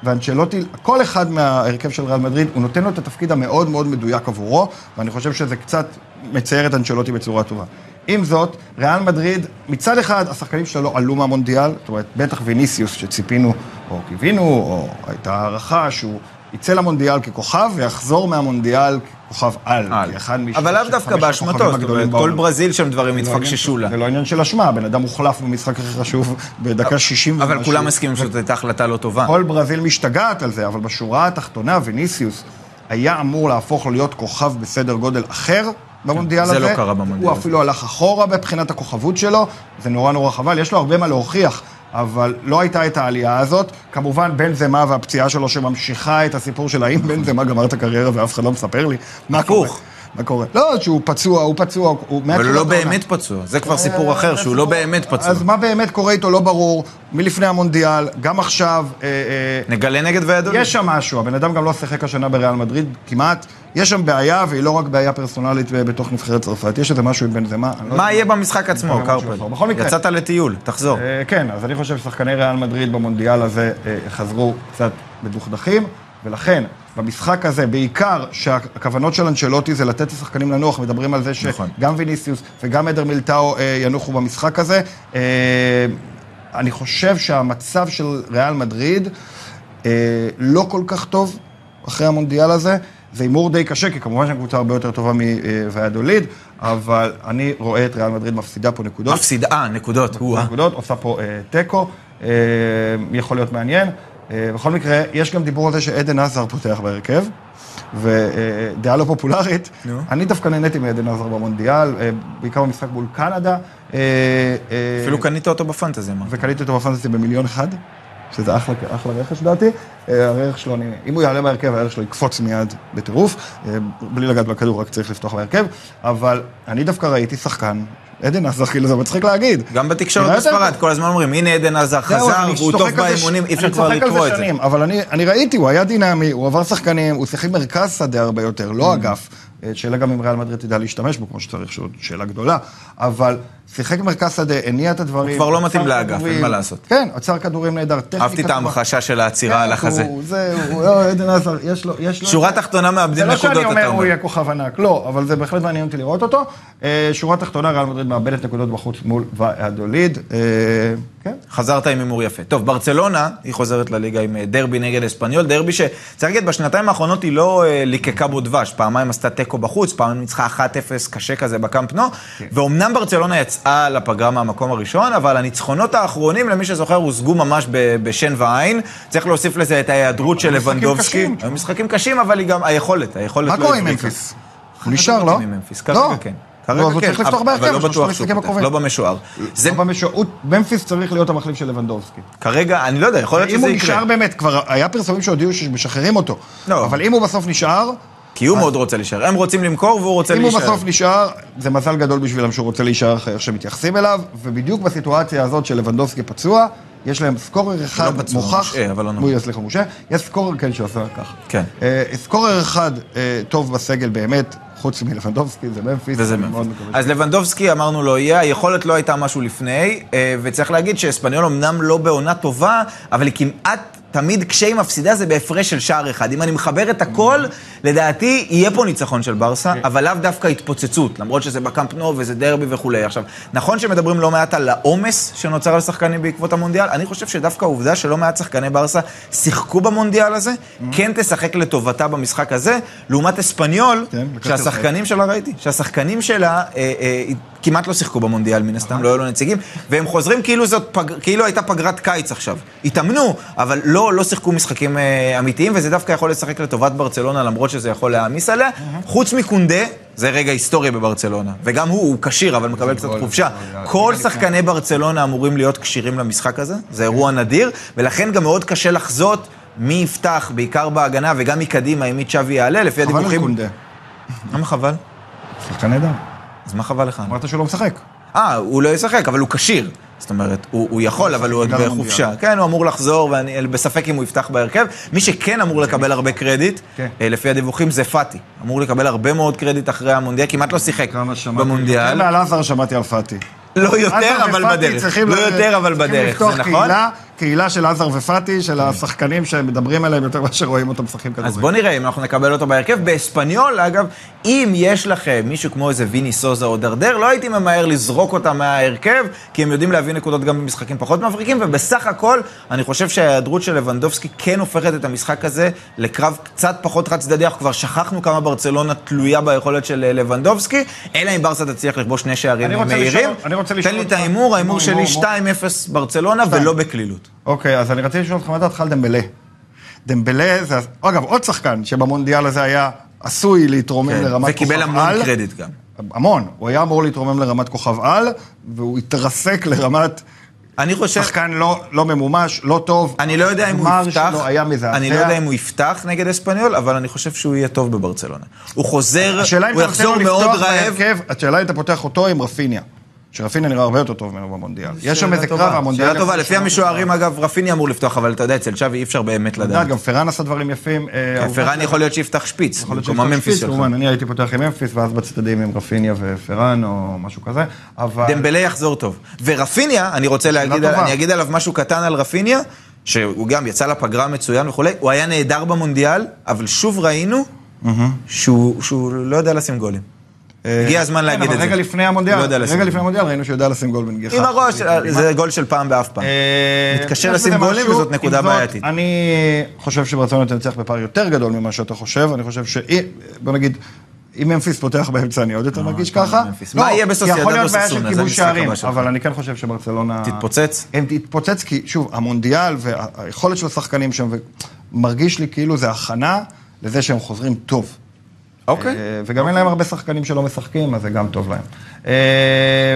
Speaker 2: ואנצ'לוטי, כל אחד מההרכב של ריאל מדריד, הוא נותן לו את התפקיד המאוד מאוד מדויק עבורו, ואני חושב שזה קצת מצייר את אנצ'לוטי בצורה טובה. עם זאת, ריאל מדריד, מצד אחד, השחקנים שלו עלו מהמונדיאל, זאת אומרת, בטח ויניסיוס שציפינו, או קיווינו, או הייתה הערכה שהוא יצא למונדיאל ככוכב, ויחזור מהמונדיאל ככוכב על.
Speaker 1: על.
Speaker 2: כאחד מש-
Speaker 1: אבל לאו
Speaker 2: של
Speaker 1: דווקא
Speaker 2: חמשת
Speaker 1: באשמתו,
Speaker 2: הכוכבים
Speaker 1: זאת
Speaker 2: הגדולים
Speaker 1: אומרת, כל
Speaker 2: בעולם.
Speaker 1: ברזיל שם דברים
Speaker 2: זה לא
Speaker 1: התפקששו
Speaker 2: עניין-
Speaker 1: לה.
Speaker 2: זה לא עניין של אשמה, בן אדם הוחלף במשחק הכי חשוב בדקה 60 ומשהו.
Speaker 1: אבל כולם מסכימים שזאת הייתה החלטה לא טובה.
Speaker 2: לא כל ברזיל משתגעת על זה, אבל בשורה התחתונה, ויניסיוס היה אמור להפוך להיות כוכב בסדר גודל אחר במונדיאל
Speaker 1: זה
Speaker 2: הזה.
Speaker 1: לא קרה במונדיאל
Speaker 2: הוא
Speaker 1: הזה.
Speaker 2: אפילו הלך אחורה מבחינת הכוכבות שלו, זה נורא נורא חבל, יש לו הרבה מה להוכיח. אבל לא הייתה את העלייה הזאת. כמובן, בן זמה והפציעה שלו שממשיכה את הסיפור של האם בן זמה גמר את הקריירה ואף אחד לא מספר לי. מה
Speaker 1: נכון. הפוך.
Speaker 2: קורה? מה קורה? לא, שהוא פצוע, הוא פצוע, הוא...
Speaker 1: אבל הוא לא
Speaker 2: מהתחילת העונה.
Speaker 1: באמת פצוע, זה כבר סיפור אחר, שהוא לא באמת פצוע.
Speaker 2: אז מה באמת קורה איתו לא ברור, מלפני המונדיאל, גם עכשיו. אה, אה,
Speaker 1: נגלה נגד ויאדוליד.
Speaker 2: יש שם משהו, הבן אדם גם לא שיחק השנה בריאל מדריד, כמעט. יש שם בעיה, והיא לא רק בעיה פרסונלית אה, בתוך נבחרת צרפת, יש איזה משהו עם בנזמה. אני לא יודע.
Speaker 1: מה יהיה במשחק עצמו,
Speaker 2: משהו
Speaker 1: קרפל?
Speaker 2: אחר. בכל מקרה-
Speaker 1: יצאת לטיול, תחזור.
Speaker 2: אה, כן, אז אני חושב ששחקני ריאל מדריד במונדיאל הזה אה, חזרו קצת מדוכדכים, ולכן במשחק הזה, בעיקר שהכוונות של אנשלוטי זה לתת לשחקנים לנוח, מדברים על זה שגם
Speaker 1: נכון.
Speaker 2: ויניסיוס וגם עדר מילטאו אה, ינוחו במשחק הזה. אה, אני חושב שהמצב של ריאל מדריד אה, לא כל כך טוב אחרי המונדיאל הזה. זה הימור די קשה, כי כמובן שהקבוצה הרבה יותר טובה מוועדוליד, אבל אני רואה את ריאל מדריד מפסידה פה נקודות.
Speaker 1: מפסיד, אה, נקודות,
Speaker 2: לא-
Speaker 1: או-אה.
Speaker 2: נקודות, עושה פה אה, תיקו, אה, יכול להיות מעניין. אה, בכל מקרה, יש גם דיבור על זה שעדן עזר פותח בהרכב, ודעה לא פופולרית,
Speaker 1: נו.
Speaker 2: אני דווקא נהניתי מעדן עזר במונדיאל, אה, בעיקר במשחק מול קנדה. אה, אה,
Speaker 1: אפילו קנית אותו בפנטזי, מה?
Speaker 2: וקניתי אותו בפנטסי במיליון אחד, שזה אחלה, אחלה רכש דעתי. אה, הערך שלו, אני, אם הוא יעלה בהרכב, הערך שלו יקפוץ מיד בטירוף. אה, בלי לגעת בכדור, רק צריך לפתוח בהרכב. אבל אני דווקא ראיתי שחקן, עדן עזר, כאילו זה מצחיק להגיד.
Speaker 1: גם בתקשורת
Speaker 2: נראה יותר
Speaker 1: בספרד,
Speaker 2: טוב.
Speaker 1: כל הזמן אומרים, הנה עדן עזר
Speaker 2: לא זהו,
Speaker 1: חזר,
Speaker 2: אני
Speaker 1: והוא
Speaker 2: צוחק
Speaker 1: טוב
Speaker 2: על זה ש-
Speaker 1: באימונים, אי אפשר
Speaker 2: אני
Speaker 1: כבר
Speaker 2: צוחק על
Speaker 1: לקרוא את זה.
Speaker 2: שנים, אבל אני, אני ראיתי, הוא היה דינמי, הוא עבר שחקנים, הוא שיחק מרכז שדה הרבה יותר,
Speaker 1: Mm.
Speaker 2: לא אגף. אה, שאלה גם אם ריאל מדריד תדע להשתמש בו כמו שצריך, שזו שאלה גדולה. אבל שיחק מרכז שדה, הניע את הדברים.
Speaker 1: הוא כבר לא
Speaker 2: עצר
Speaker 1: מתאים לאגף, אין
Speaker 2: כדורים.
Speaker 1: מה לעשות.
Speaker 2: כן, עצר כדורים נהדר, טכניקה.
Speaker 1: אהבתי את
Speaker 2: טובה.
Speaker 1: ההמחשה של העצירה על
Speaker 2: כן,
Speaker 1: החזה.
Speaker 2: הוא- זהו, לא, עדן עזר, יש לו... יש לו-
Speaker 1: שורה תחתונה מאבדים
Speaker 2: זה לא
Speaker 1: נקודות,
Speaker 2: שאני
Speaker 1: אתה
Speaker 2: אומר הוא
Speaker 1: אומר.
Speaker 2: יהיה כוכב ענק, לא, אבל זה בהחלט מעניין אותי לראות אותו. אה, שורה תחתונה, ריאל מדריד מאבדת נקודות בחוץ מול ועדוליד. אה, כן.
Speaker 1: חזרת עם הימור יפה. טוב, ברצלונה, היא חוזרת לליגה עם אה, דרבי נגד אספניול, דרבי שצריך להגיד, בשנתיים האחרונות היא לא אה, ליקקה בו דבש, פעמיים עשתה תיקו בחוץ, פעמיים ניצחה 1-0 קשה כזה בקאמפ נו,
Speaker 2: כן.
Speaker 1: ואומנם ברצלונה יצאה לפגרה מהמקום הראשון, אבל הניצחונות האחרונים, למי שזוכר, הושגו ממש ב- בשן ועין. צריך להוסיף לזה את ההיעדרות של
Speaker 2: משחקים
Speaker 1: לבנדובסקי.
Speaker 2: קשים.
Speaker 1: היו משחקים קשים, אבל היא גם, היכולת, היכולת
Speaker 2: מה
Speaker 1: לא
Speaker 2: קורה עם
Speaker 1: הזריקה.
Speaker 2: ממפיס? הוא נשאר, לא?
Speaker 1: עם ממפיס, כרגע
Speaker 2: לא.
Speaker 1: כן.
Speaker 2: לא, אז
Speaker 1: כרגע
Speaker 2: הוא צריך
Speaker 1: כן,
Speaker 2: לפתוח
Speaker 1: אבל-
Speaker 2: בהרכב,
Speaker 1: אבל לא
Speaker 2: יש לו שני
Speaker 1: בטוח שהוא
Speaker 2: משחקים
Speaker 1: פותח,
Speaker 2: הקרובים.
Speaker 1: לא במשוער. זה
Speaker 2: זה... במשעות, ממפיס צריך להיות המחליף של לבנדובסקי.
Speaker 1: כרגע, אני לא יודע, יכול להיות
Speaker 2: אם
Speaker 1: שזה
Speaker 2: הוא
Speaker 1: יקרה.
Speaker 2: נשאר באמת, כבר היה פרסומים שהודיעו שמשחררים אותו.
Speaker 1: לא.
Speaker 2: אבל אם הוא בסוף נשאר,
Speaker 1: כי הוא מאוד רוצה להישאר. הם רוצים למכור והוא רוצה
Speaker 2: אם הוא
Speaker 1: להישאר.
Speaker 2: בסוף נשאר, זה מזל גדול בשבילם שהוא רוצה להישאר אחרי איך שמתייחסים אליו, ובדיוק בסיטואציה הזאת שלבנדובסקי פצוע, יש להם סקורר אחד
Speaker 1: לא פצוע,
Speaker 2: מוכח,
Speaker 1: מושעה, אבל לא נורא.
Speaker 2: הוא, סליחה, מושעה, יש סקורר כן שעושה ככה.
Speaker 1: כן.
Speaker 2: אה, סקורר אחד אה, טוב בסגל באמת, חוץ מלבנדובסקי, זה ממפיס.
Speaker 1: וזה
Speaker 2: אני
Speaker 1: מאפס.
Speaker 2: מאוד מקווה
Speaker 1: אז לבנדובסקי אמרנו לא יהיה, היכולת לא הייתה משהו לפני, אה, וצריך להגיד שאספניול אמנם לא בעונה טובה, אבל היא כמעט תמיד כשהיא מפסידה זה בהפרש של שער אחד. אם אני מחבר את הכל, לדעתי יהיה פה ניצחון של ברסה,
Speaker 2: כן.
Speaker 1: אבל לאו דווקא התפוצצות, למרות שזה בקאמפ נו וזה דרבי וכולי. עכשיו, נכון שמדברים לא מעט על העומס שנוצר על שחקנים בעקבות המונדיאל, אני חושב שדווקא העובדה שלא מעט שחקני ברסה שיחקו במונדיאל הזה,
Speaker 2: Mm.
Speaker 1: כן תשחק לטובתה במשחק הזה, לעומת אספניול,
Speaker 2: כן, לקחתי אותך.
Speaker 1: שהשחקנים... השחקנים שלה ראיתי, שהשחקנים שלה אה, אה, כמעט לא שיחקו במונדיאל מן הסתם, לא היו לו נציגים, והם חוזרים כאילו זאת, פג, כאילו הייתה פגרת קיץ עכשיו. התאמנו, אבל לא, לא שיחקו משחקים אה, אמיתיים, וזה דווקא יכול לשחק לטובת ברצלונה, למרות שזה יכול להעמיס עליה. חוץ מקונדה, זה רגע היסטורי בברצלונה. וגם הוא, הוא כשיר, אבל מקבל קצת
Speaker 2: גול,
Speaker 1: חופשה.
Speaker 2: גול, כן.
Speaker 1: כל שחקני ברצלונה אמורים להיות כשירים למשחק הזה, זה אירוע נדיר, ולכן גם מאוד קשה לחזות. מי יפתח, בעיקר בהגנה, וגם מקדימה, אם צ'אבי יעלה, לפי
Speaker 2: חבל על
Speaker 1: הדיווחים...
Speaker 2: קונדה.
Speaker 1: למה חבל?
Speaker 2: שחקן נהדר.
Speaker 1: אז מה חבל לך?
Speaker 2: אמרת שהוא לא משחק.
Speaker 1: אה, הוא לא ישחק, אבל הוא כשיר. זאת אומרת, הוא, הוא יכול, אבל הוא עוד
Speaker 2: בגלל המונדיאל.
Speaker 1: בחופשה. כן, הוא אמור לחזור, ואני בספק אם הוא יפתח בהרכב. מי שכן אמור לקבל הרבה קרדיט,
Speaker 2: כן.
Speaker 1: אה, לפי הדיווחים, זה פאטי. אמור לקבל הרבה מאוד קרדיט אחרי המונדיאל, כמעט לא שיחק במונדיאל.
Speaker 2: יותר מעל עזר כן, שמעתי על פאטי.
Speaker 1: לא יותר,
Speaker 2: עזר
Speaker 1: אבל
Speaker 2: ופאטי
Speaker 1: בדרך.
Speaker 2: צריכים
Speaker 1: לא
Speaker 2: ל-
Speaker 1: יותר, אבל
Speaker 2: צריכים
Speaker 1: בדרך, זה
Speaker 2: לפתוח
Speaker 1: נכון?
Speaker 2: קהילה- קהילה של עזר ופאטי, של השחקנים שמדברים עליהם יותר מאשר רואים אותם משחקים כדורגל.
Speaker 1: אז בוא נראה אם אנחנו נקבל אותו בהרכב. באספניול, אגב, אם יש לכם מישהו כמו איזה ויני סוזה או דרדר, לא הייתי ממהר לזרוק אותם מההרכב, כי הם יודעים להביא נקודות גם במשחקים פחות מבריקים, ובסך הכל, אני חושב שההיעדרות של לבנדובסקי כן הופכת את המשחק הזה לקרב קצת פחות חד צדדי. אנחנו כבר שכחנו כמה ברצלונה תלויה ביכולת של אה, לבנדובסקי, אלא אם ברסה תצליח לכבוש שני שערים
Speaker 2: אני רוצה
Speaker 1: מהירים.
Speaker 2: לשאול- אני רוצה לשאול
Speaker 1: תן לי את
Speaker 2: אותך-
Speaker 1: ההימור, ההימור
Speaker 2: נו,
Speaker 1: שלי
Speaker 2: נו,
Speaker 1: 2-0
Speaker 2: נו.
Speaker 1: ברצלונה, ולא בקלילות.
Speaker 2: אוקיי, אז אני רציתי לשאול אותך מה דעתך על דמבלה. דמבלה זה, אגב, עוד שחקן שבמונדיאל הזה היה עשוי להתרומם
Speaker 1: כן,
Speaker 2: לרמת כוכב על.
Speaker 1: וקיבל המון קרדיט גם.
Speaker 2: המון. הוא היה אמור להתרומם לרמת כוכב על, והוא התרסק לרמת...
Speaker 1: אני חושב...
Speaker 2: שחקן לא, לא ממומש, לא טוב.
Speaker 1: אני לא יודע אם הוא
Speaker 2: הגמר
Speaker 1: יפתח,
Speaker 2: שלו היה מזעזע.
Speaker 1: אני לא יודע אם הוא יפתח נגד אספניול, אבל אני חושב שהוא יהיה טוב בברצלונה. הוא חוזר,
Speaker 2: השאלה אם
Speaker 1: הוא
Speaker 2: אתה נותן לו
Speaker 1: יחזור מאוד
Speaker 2: לפתוח
Speaker 1: רעב.
Speaker 2: בהרכב, השאלה אם אתה פותח אותו עם רפיניה. שרפיניה נראה הרבה יותר טוב ממנו במונדיאל. יש שם
Speaker 1: שאלה
Speaker 2: איזה
Speaker 1: טובה.
Speaker 2: קרב, המונדיאל...
Speaker 1: לא, שאלה טובה, לפי המשוערים, אגב, רפיני אמור לפתוח, אבל אתה יודע, אצל שווי אי אפשר באמת
Speaker 2: אתה יודע,
Speaker 1: לדעת.
Speaker 2: גם פרן עשה דברים יפים. אה, העובדה
Speaker 1: פרן
Speaker 2: ש-
Speaker 1: כן, יכול להיות שיפתח שפיץ,
Speaker 2: יכול להיות
Speaker 1: במקום
Speaker 2: שיפתח
Speaker 1: הממפיס
Speaker 2: שפיץ,
Speaker 1: שלך.
Speaker 2: כמובן, אני הייתי פותח עם ממפיס, ואז בצדדים עם רפיניה ופרן או משהו כזה, אבל...
Speaker 1: דמבלה יחזור טוב. ורפיניה, אני רוצה להגיד,
Speaker 2: טובה.
Speaker 1: אני אגיד עליו משהו קטן על רפיניה, שהוא גם יצא לפגרה מצוין וכולי, הוא היה נהדר במונדיאל, אבל שוב ראינו שהוא שהוא לא יודע לשים גולים.
Speaker 2: אה,
Speaker 1: הגיע הזמן
Speaker 2: כן,
Speaker 1: להגיד
Speaker 2: אבל
Speaker 1: את זה.
Speaker 2: רגע לפני
Speaker 1: לא יודע
Speaker 2: המונדיאל,
Speaker 1: לשים
Speaker 2: רגע
Speaker 1: גול.
Speaker 2: לפני המונדיאל ראינו שהוא יודע לשים גול בנגיחה.
Speaker 1: עם הראש, אה, זה גול של פעם באף פעם.
Speaker 2: אה,
Speaker 1: מתקשה
Speaker 2: יש
Speaker 1: לשים
Speaker 2: בזה
Speaker 1: גולים,
Speaker 2: משהו.
Speaker 1: וזאת נקודה
Speaker 2: עם זאת,
Speaker 1: בעייתית.
Speaker 2: אני אה, חושב שברצון אתה נצליח בפער יותר גדול ממה שאתה חושב, אני חושב ש... אה, בוא נגיד... אם ממפיס פותח באמצע, אני עוד יותר מרגיש ככה.
Speaker 1: ממפיס.
Speaker 2: לא,
Speaker 1: אה, כן, מה יהיה בסוסיידד
Speaker 2: יכול להיות בעיה
Speaker 1: או
Speaker 2: של
Speaker 1: סוסונה? זה
Speaker 2: כיבוש
Speaker 1: המשחק הבא
Speaker 2: שערים,
Speaker 1: שלך.
Speaker 2: אבל אני כן חושב שברצלונה...
Speaker 1: תתפוצץ?
Speaker 2: הם תתפוצץ, כי שוב, המונדיאל והיכולת של השחקנים שם, מרגיש לי כאילו זה הכנה לזה שהם חוזרים טוב.
Speaker 1: אוקיי.
Speaker 2: אה, וגם אין להם הרבה שחקנים שלא משחקים, אז זה גם טוב להם. אה,